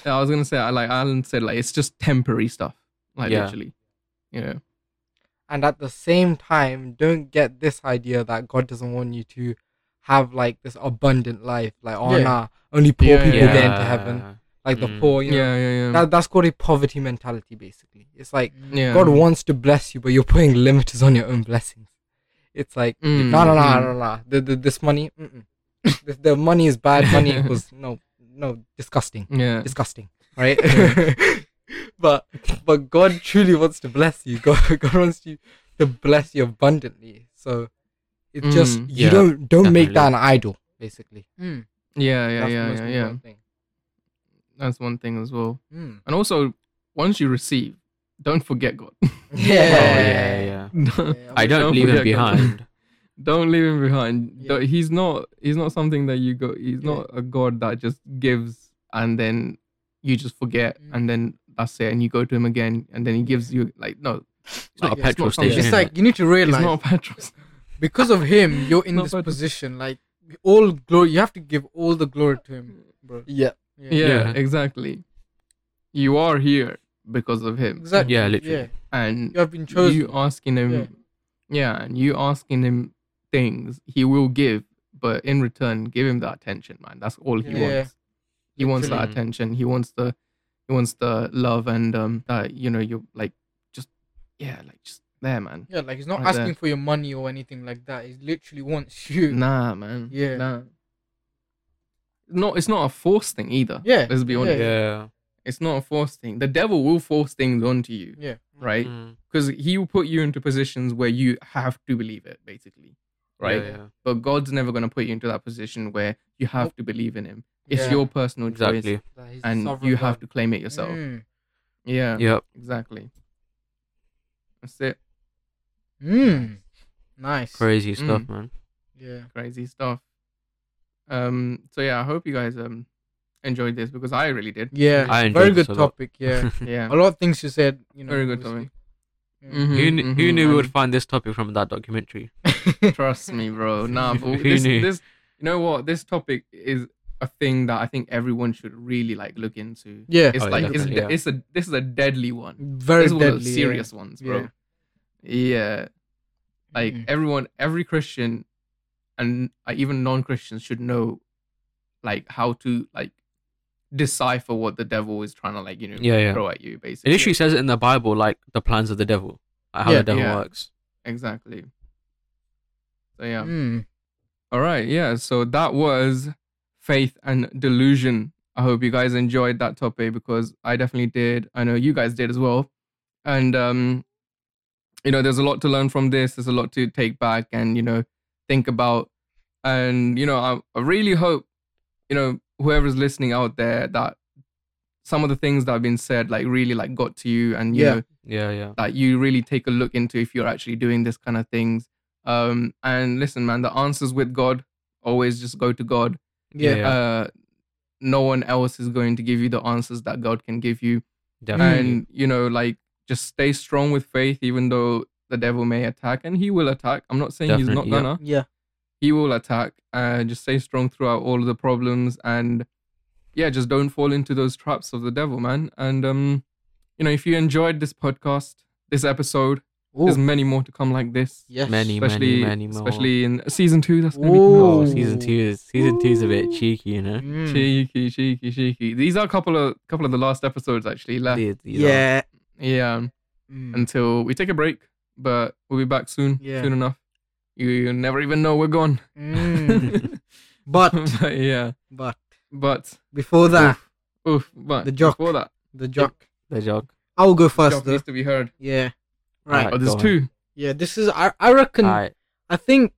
[SPEAKER 1] I was gonna say, I like Alan said, like it's just temporary stuff, like
[SPEAKER 2] Yeah.
[SPEAKER 1] literally, you know.
[SPEAKER 4] and at the same time don't get this idea that god doesn't want you to have like this abundant life like oh
[SPEAKER 3] Yeah.
[SPEAKER 4] nah only poor
[SPEAKER 1] Yeah,
[SPEAKER 4] people
[SPEAKER 1] yeah,
[SPEAKER 4] get into heaven like the
[SPEAKER 2] Mm.
[SPEAKER 4] poor you know
[SPEAKER 1] Yeah, yeah, yeah.
[SPEAKER 4] that, that's called a poverty mentality basically it's like
[SPEAKER 1] yeah.
[SPEAKER 4] god wants to bless you but you're putting limiters on your own blessings it's like
[SPEAKER 1] Mm,
[SPEAKER 4] no no no
[SPEAKER 1] mm.
[SPEAKER 4] no no the, the, this money mm-mm. the, the money is bad money equals no no disgusting
[SPEAKER 1] yeah,
[SPEAKER 4] disgusting right but but god truly wants to bless you god, god wants you to bless you abundantly so it's just
[SPEAKER 1] Mm,
[SPEAKER 4] you
[SPEAKER 2] yeah,
[SPEAKER 4] don't don't make that an idol basically
[SPEAKER 3] Mm.
[SPEAKER 1] yeah, yeah,
[SPEAKER 4] That's the
[SPEAKER 1] yeah,
[SPEAKER 4] most
[SPEAKER 1] yeah, yeah.
[SPEAKER 4] important thing.
[SPEAKER 1] That's one thing as well.
[SPEAKER 3] Mm.
[SPEAKER 1] And also, once you receive, don't forget God.
[SPEAKER 2] Oh, yeah,
[SPEAKER 3] Yeah.
[SPEAKER 2] yeah.
[SPEAKER 1] Don't-
[SPEAKER 3] Yeah,
[SPEAKER 2] I
[SPEAKER 3] I'm-
[SPEAKER 2] don't,
[SPEAKER 1] Don't
[SPEAKER 2] leave him
[SPEAKER 1] forget God.
[SPEAKER 2] behind.
[SPEAKER 1] don't leave him behind.
[SPEAKER 3] Yeah.
[SPEAKER 1] Don't- He's not. He's not something that you go. He's
[SPEAKER 3] Yeah.
[SPEAKER 1] not a God that just gives and then you just forget
[SPEAKER 3] Mm.
[SPEAKER 1] and then that's it and you go to him again and then he gives you like no.
[SPEAKER 2] It's not
[SPEAKER 1] like,
[SPEAKER 2] a petrol
[SPEAKER 1] something-
[SPEAKER 2] station.
[SPEAKER 3] It's
[SPEAKER 2] Yeah.
[SPEAKER 3] like you need to realize
[SPEAKER 1] It's not a petrol. station.
[SPEAKER 3] because of him, you're in
[SPEAKER 1] Not
[SPEAKER 3] this
[SPEAKER 1] bad.
[SPEAKER 3] position. Like all glory, you have to give all the glory to him, bro.
[SPEAKER 4] yeah
[SPEAKER 1] Yeah,
[SPEAKER 2] Yeah.
[SPEAKER 1] exactly. You are here because of him,
[SPEAKER 3] exactly.
[SPEAKER 2] Yeah, literally.
[SPEAKER 3] Yeah,
[SPEAKER 1] and
[SPEAKER 3] you have been chosen.
[SPEAKER 1] you asking him,
[SPEAKER 3] Yeah.
[SPEAKER 1] yeah. and you asking him things he will give, but in return, give him the attention, man. That's all he
[SPEAKER 3] Yeah.
[SPEAKER 1] wants. He wants that
[SPEAKER 2] Literally.
[SPEAKER 1] attention. He wants the, he wants the love and um that you know you're like just yeah like just there, man.
[SPEAKER 3] yeah, like he's not
[SPEAKER 1] Right there.
[SPEAKER 3] asking for your money or anything like that. He literally wants you.
[SPEAKER 1] Nah, man.
[SPEAKER 3] Yeah.
[SPEAKER 1] Nah. No, it's not a forced thing either.
[SPEAKER 3] Yeah,
[SPEAKER 1] Let's be
[SPEAKER 3] yeah,
[SPEAKER 1] honest.
[SPEAKER 2] Yeah.
[SPEAKER 1] It's not a forced thing. The devil will force things onto you.
[SPEAKER 3] Yeah,
[SPEAKER 1] right?
[SPEAKER 2] Mm.
[SPEAKER 1] Because he will put you into positions where you have to believe it, basically, right?
[SPEAKER 2] Yeah, yeah.
[SPEAKER 1] But God's never going to put you into that position where you have to believe in Him. It's
[SPEAKER 3] Yeah.
[SPEAKER 1] your personal
[SPEAKER 2] Exactly.
[SPEAKER 1] choice,
[SPEAKER 4] That he's the
[SPEAKER 1] and
[SPEAKER 4] sovereign
[SPEAKER 1] you have
[SPEAKER 4] God.
[SPEAKER 1] to claim it yourself.
[SPEAKER 3] Mm.
[SPEAKER 1] Yeah,
[SPEAKER 2] Yep.
[SPEAKER 1] exactly. That's it.
[SPEAKER 3] Mm. Nice.
[SPEAKER 2] Crazy stuff, man.
[SPEAKER 3] Yeah.
[SPEAKER 1] Crazy stuff. Um. So yeah, I hope you guys um enjoyed this because I really did.
[SPEAKER 3] Yeah.
[SPEAKER 2] I
[SPEAKER 3] Very
[SPEAKER 2] enjoyed
[SPEAKER 3] good
[SPEAKER 2] this a lot.
[SPEAKER 3] topic. Yeah.
[SPEAKER 1] Yeah.
[SPEAKER 3] a lot of things you said. You know.
[SPEAKER 1] Very good
[SPEAKER 3] obviously.
[SPEAKER 1] topic.
[SPEAKER 3] Yeah.
[SPEAKER 2] Who, kn- who
[SPEAKER 1] mhm,
[SPEAKER 2] knew we would
[SPEAKER 1] and-
[SPEAKER 2] find this topic from that documentary?
[SPEAKER 1] Mm-hmm. Trust me, bro. Nah, but
[SPEAKER 2] Who
[SPEAKER 1] this,
[SPEAKER 2] knew?
[SPEAKER 1] this, you know what? This topic is a thing that I think everyone should really like look into.
[SPEAKER 3] Yeah,
[SPEAKER 1] It's
[SPEAKER 2] Oh,
[SPEAKER 1] like it's,
[SPEAKER 2] definitely,
[SPEAKER 1] de-
[SPEAKER 2] yeah.
[SPEAKER 1] it's a this is a deadly one.
[SPEAKER 3] very
[SPEAKER 1] this is one of
[SPEAKER 3] deadly.
[SPEAKER 1] the
[SPEAKER 3] yeah.
[SPEAKER 1] serious ones, bro. Yeah. Like
[SPEAKER 2] Mm-hmm.
[SPEAKER 3] Mm.
[SPEAKER 1] everyone, every Christian, and uh, even non Christians should know, like how to like decipher what the devil is trying to like you know
[SPEAKER 2] Yeah, yeah.
[SPEAKER 1] throw at you
[SPEAKER 2] It
[SPEAKER 1] basically.
[SPEAKER 2] literally says it in the Bible, like the plans of the devil, like how
[SPEAKER 3] Yeah.
[SPEAKER 2] the devil
[SPEAKER 1] Yeah.
[SPEAKER 2] works.
[SPEAKER 1] exactly. So yeah.
[SPEAKER 3] Mm.
[SPEAKER 1] All right, yeah. So that was faith and delusion. I hope you guys enjoyed that topic because I definitely did. I know you guys did as well. And um, you know, there's a lot to learn from this. There's a lot to take back and you know think about. And you know, I, I really hope you know whoever's listening out there that some of the things that have been said like really like got to you and you
[SPEAKER 3] Yeah.
[SPEAKER 1] know
[SPEAKER 2] Yeah, yeah.
[SPEAKER 1] that you really take a look into if you're actually doing this kind of things. Um, and listen, man, the answers with God always just go to God.
[SPEAKER 3] Yeah.
[SPEAKER 2] Yeah.
[SPEAKER 1] Uh, no one else is going to give you the answers that God can give you.
[SPEAKER 2] Definitely.
[SPEAKER 1] And you know, like just stay strong with faith, even though the devil may attack, and he will attack. I'm not saying he's not
[SPEAKER 2] Definitely, yeah.
[SPEAKER 1] gonna.
[SPEAKER 3] Yeah.
[SPEAKER 1] He will attack. Uh, just stay strong throughout all of the problems, and yeah, just don't fall into those traps of the devil, man. And um, you know, if you enjoyed this podcast, this episode, there's
[SPEAKER 4] Ooh,
[SPEAKER 1] many more to come like this.
[SPEAKER 4] yes.
[SPEAKER 2] Many,
[SPEAKER 1] Especially,
[SPEAKER 2] many, many more.
[SPEAKER 1] especially in season two. That's gonna be
[SPEAKER 2] oh,
[SPEAKER 3] Ooh.
[SPEAKER 2] season two Hmm. is season two is a bit
[SPEAKER 4] Ooh.
[SPEAKER 2] cheeky, you know.
[SPEAKER 3] Mm.
[SPEAKER 1] cheeky, cheeky, cheeky. These are a couple of couple of the last episodes actually left.
[SPEAKER 2] These- these are-
[SPEAKER 3] Yeah.
[SPEAKER 1] Yeah, um,
[SPEAKER 2] Hmm.
[SPEAKER 3] Mm.
[SPEAKER 1] until we take a break, but we'll be back soon.
[SPEAKER 3] Yeah.
[SPEAKER 1] Soon enough. You, you never even know we're gone.
[SPEAKER 3] Mm. but
[SPEAKER 1] but yeah,
[SPEAKER 3] but
[SPEAKER 1] but
[SPEAKER 3] before that,
[SPEAKER 1] oof, but
[SPEAKER 3] The jock.
[SPEAKER 1] before that,
[SPEAKER 3] the jock.
[SPEAKER 2] the joke.
[SPEAKER 3] I'll go
[SPEAKER 1] jock
[SPEAKER 3] first though.
[SPEAKER 1] needs to be heard.
[SPEAKER 3] Yeah. Right.
[SPEAKER 2] Alright,
[SPEAKER 1] oh, there's
[SPEAKER 2] go on.
[SPEAKER 1] two.
[SPEAKER 3] Yeah. This is I. I reckon.
[SPEAKER 2] Alright,
[SPEAKER 3] I think.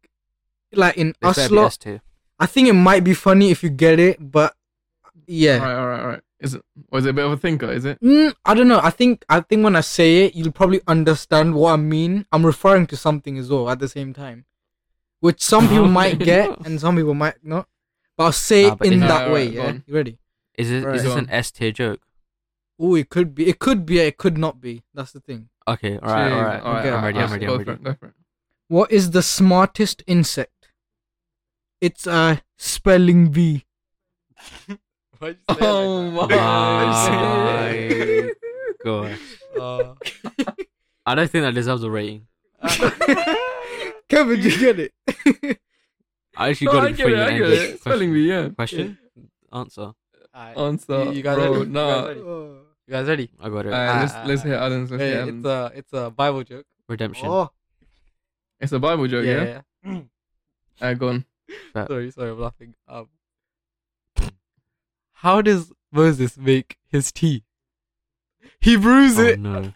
[SPEAKER 3] Like in
[SPEAKER 2] this
[SPEAKER 3] us
[SPEAKER 2] better be
[SPEAKER 3] lot,
[SPEAKER 2] us two.
[SPEAKER 3] I think it might be funny if you get it, but yeah.
[SPEAKER 1] All right, all right, all right. Is it? Or is it a bit of a thinker? Is it?
[SPEAKER 3] Mm, I don't know. I think I think when I say it, you'll probably understand what I mean. I'm referring to something as well at the same time, which some people might
[SPEAKER 2] Okay.
[SPEAKER 3] get and some people might not. But I'll say
[SPEAKER 2] Nah,
[SPEAKER 3] it
[SPEAKER 2] but
[SPEAKER 3] in
[SPEAKER 2] if-
[SPEAKER 3] that
[SPEAKER 1] Nah,
[SPEAKER 3] way.
[SPEAKER 1] alright, go
[SPEAKER 3] Yeah,
[SPEAKER 1] on.
[SPEAKER 3] you ready?
[SPEAKER 2] Is it? Is
[SPEAKER 3] Alright.
[SPEAKER 2] this
[SPEAKER 1] Go
[SPEAKER 2] an S tier joke?
[SPEAKER 3] Oh, it could be. It could be. It could not be. That's the thing.
[SPEAKER 2] Okay, all right, all right.
[SPEAKER 1] all right.
[SPEAKER 3] Okay,
[SPEAKER 2] I'm ready. I'm
[SPEAKER 3] alright,
[SPEAKER 2] ready.
[SPEAKER 1] Go
[SPEAKER 2] I'm
[SPEAKER 1] for
[SPEAKER 2] ready.
[SPEAKER 1] it. Go for it.
[SPEAKER 3] What is the smartest insect? It's a spelling bee.
[SPEAKER 1] Oh my
[SPEAKER 2] My God,
[SPEAKER 4] Uh,
[SPEAKER 2] I don't think that deserves a rating.
[SPEAKER 3] Kevin, you get it?
[SPEAKER 2] I actually
[SPEAKER 1] No,
[SPEAKER 2] got
[SPEAKER 1] I get
[SPEAKER 2] it
[SPEAKER 1] it,
[SPEAKER 2] before you
[SPEAKER 1] I
[SPEAKER 2] ended.
[SPEAKER 1] get it. Spelling
[SPEAKER 2] Question.
[SPEAKER 1] me, yeah.
[SPEAKER 2] Question. Answer.
[SPEAKER 4] alright.
[SPEAKER 1] Answer.
[SPEAKER 4] You- you guys
[SPEAKER 1] bro,
[SPEAKER 4] ready? You guys
[SPEAKER 1] nah.
[SPEAKER 4] ready?
[SPEAKER 3] oh,
[SPEAKER 4] You guys ready?
[SPEAKER 2] I got it.
[SPEAKER 1] Alright, Uh, let's
[SPEAKER 4] Ah.
[SPEAKER 1] let's hear Alan's. Let's
[SPEAKER 4] Hey,
[SPEAKER 1] hear Alan's.
[SPEAKER 4] it's a it's a Bible joke.
[SPEAKER 2] Redemption.
[SPEAKER 3] oh,
[SPEAKER 1] It's a Bible joke, yeah.
[SPEAKER 4] yeah.
[SPEAKER 1] Alright, go on.
[SPEAKER 4] sorry, sorry, I'm laughing. Um, how does Moses make his tea? He brews
[SPEAKER 2] Oh
[SPEAKER 4] it.
[SPEAKER 2] no.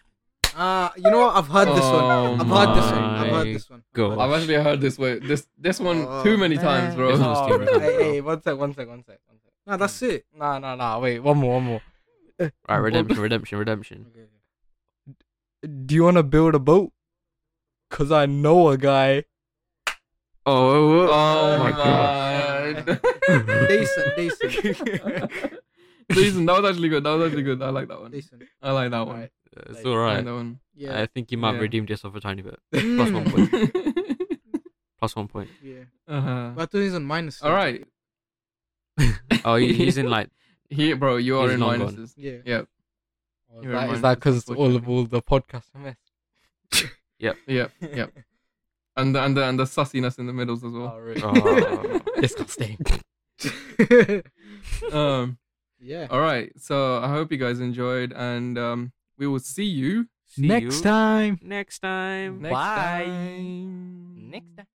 [SPEAKER 3] uh, you know what? I've heard this
[SPEAKER 1] Oh
[SPEAKER 3] one. I've heard this one. I've
[SPEAKER 2] my
[SPEAKER 3] heard this one.
[SPEAKER 2] God.
[SPEAKER 1] I've actually heard this way. This this one
[SPEAKER 3] Oh,
[SPEAKER 1] too many times,
[SPEAKER 3] man.
[SPEAKER 1] bro.
[SPEAKER 2] This one's too many
[SPEAKER 4] Oh,
[SPEAKER 2] times.
[SPEAKER 4] hey, hey, one sec, one sec, one sec, one sec.
[SPEAKER 3] Nah, that's it.
[SPEAKER 4] Nah, nah, nah. Wait, one more, one more.
[SPEAKER 2] Right, redemption, redemption, redemption.
[SPEAKER 4] Do you want to build a boat? Cause I know a guy.
[SPEAKER 2] Oh,
[SPEAKER 1] Oh my
[SPEAKER 2] my
[SPEAKER 3] gosh.
[SPEAKER 1] god.
[SPEAKER 3] Decent, decent,
[SPEAKER 1] Decent. That was actually good. That was actually good. I like that one.
[SPEAKER 3] decent.
[SPEAKER 1] I like that one.
[SPEAKER 2] it's
[SPEAKER 4] Like,
[SPEAKER 2] all
[SPEAKER 1] I like
[SPEAKER 2] right.
[SPEAKER 1] that one.
[SPEAKER 3] Yeah.
[SPEAKER 2] I think you might have
[SPEAKER 1] Yeah.
[SPEAKER 2] redeemed yourself a tiny bit.
[SPEAKER 3] Plus
[SPEAKER 2] one point. Plus one point.
[SPEAKER 3] Yeah.
[SPEAKER 1] uh-huh.
[SPEAKER 3] But he's on minus.
[SPEAKER 1] All right.
[SPEAKER 2] Oh, he- he's in like.
[SPEAKER 1] Here, bro, you are
[SPEAKER 2] He's
[SPEAKER 1] in
[SPEAKER 2] long gone.
[SPEAKER 1] minuses.
[SPEAKER 3] Yeah.
[SPEAKER 1] You're
[SPEAKER 4] Oh, That,
[SPEAKER 1] right.
[SPEAKER 4] is that because all of all the podcast mess?
[SPEAKER 1] Yeah, yeah. And the, and the, and the sussiness in the middles as well.
[SPEAKER 4] Oh, really?
[SPEAKER 2] Oh.
[SPEAKER 4] Disgusting. Oh.
[SPEAKER 1] Um,
[SPEAKER 3] yeah.
[SPEAKER 1] all right. So I hope you guys enjoyed, and um, we will see you
[SPEAKER 2] See you
[SPEAKER 3] time.
[SPEAKER 2] Next time.
[SPEAKER 1] next
[SPEAKER 4] Bye.
[SPEAKER 1] time.
[SPEAKER 4] Next time.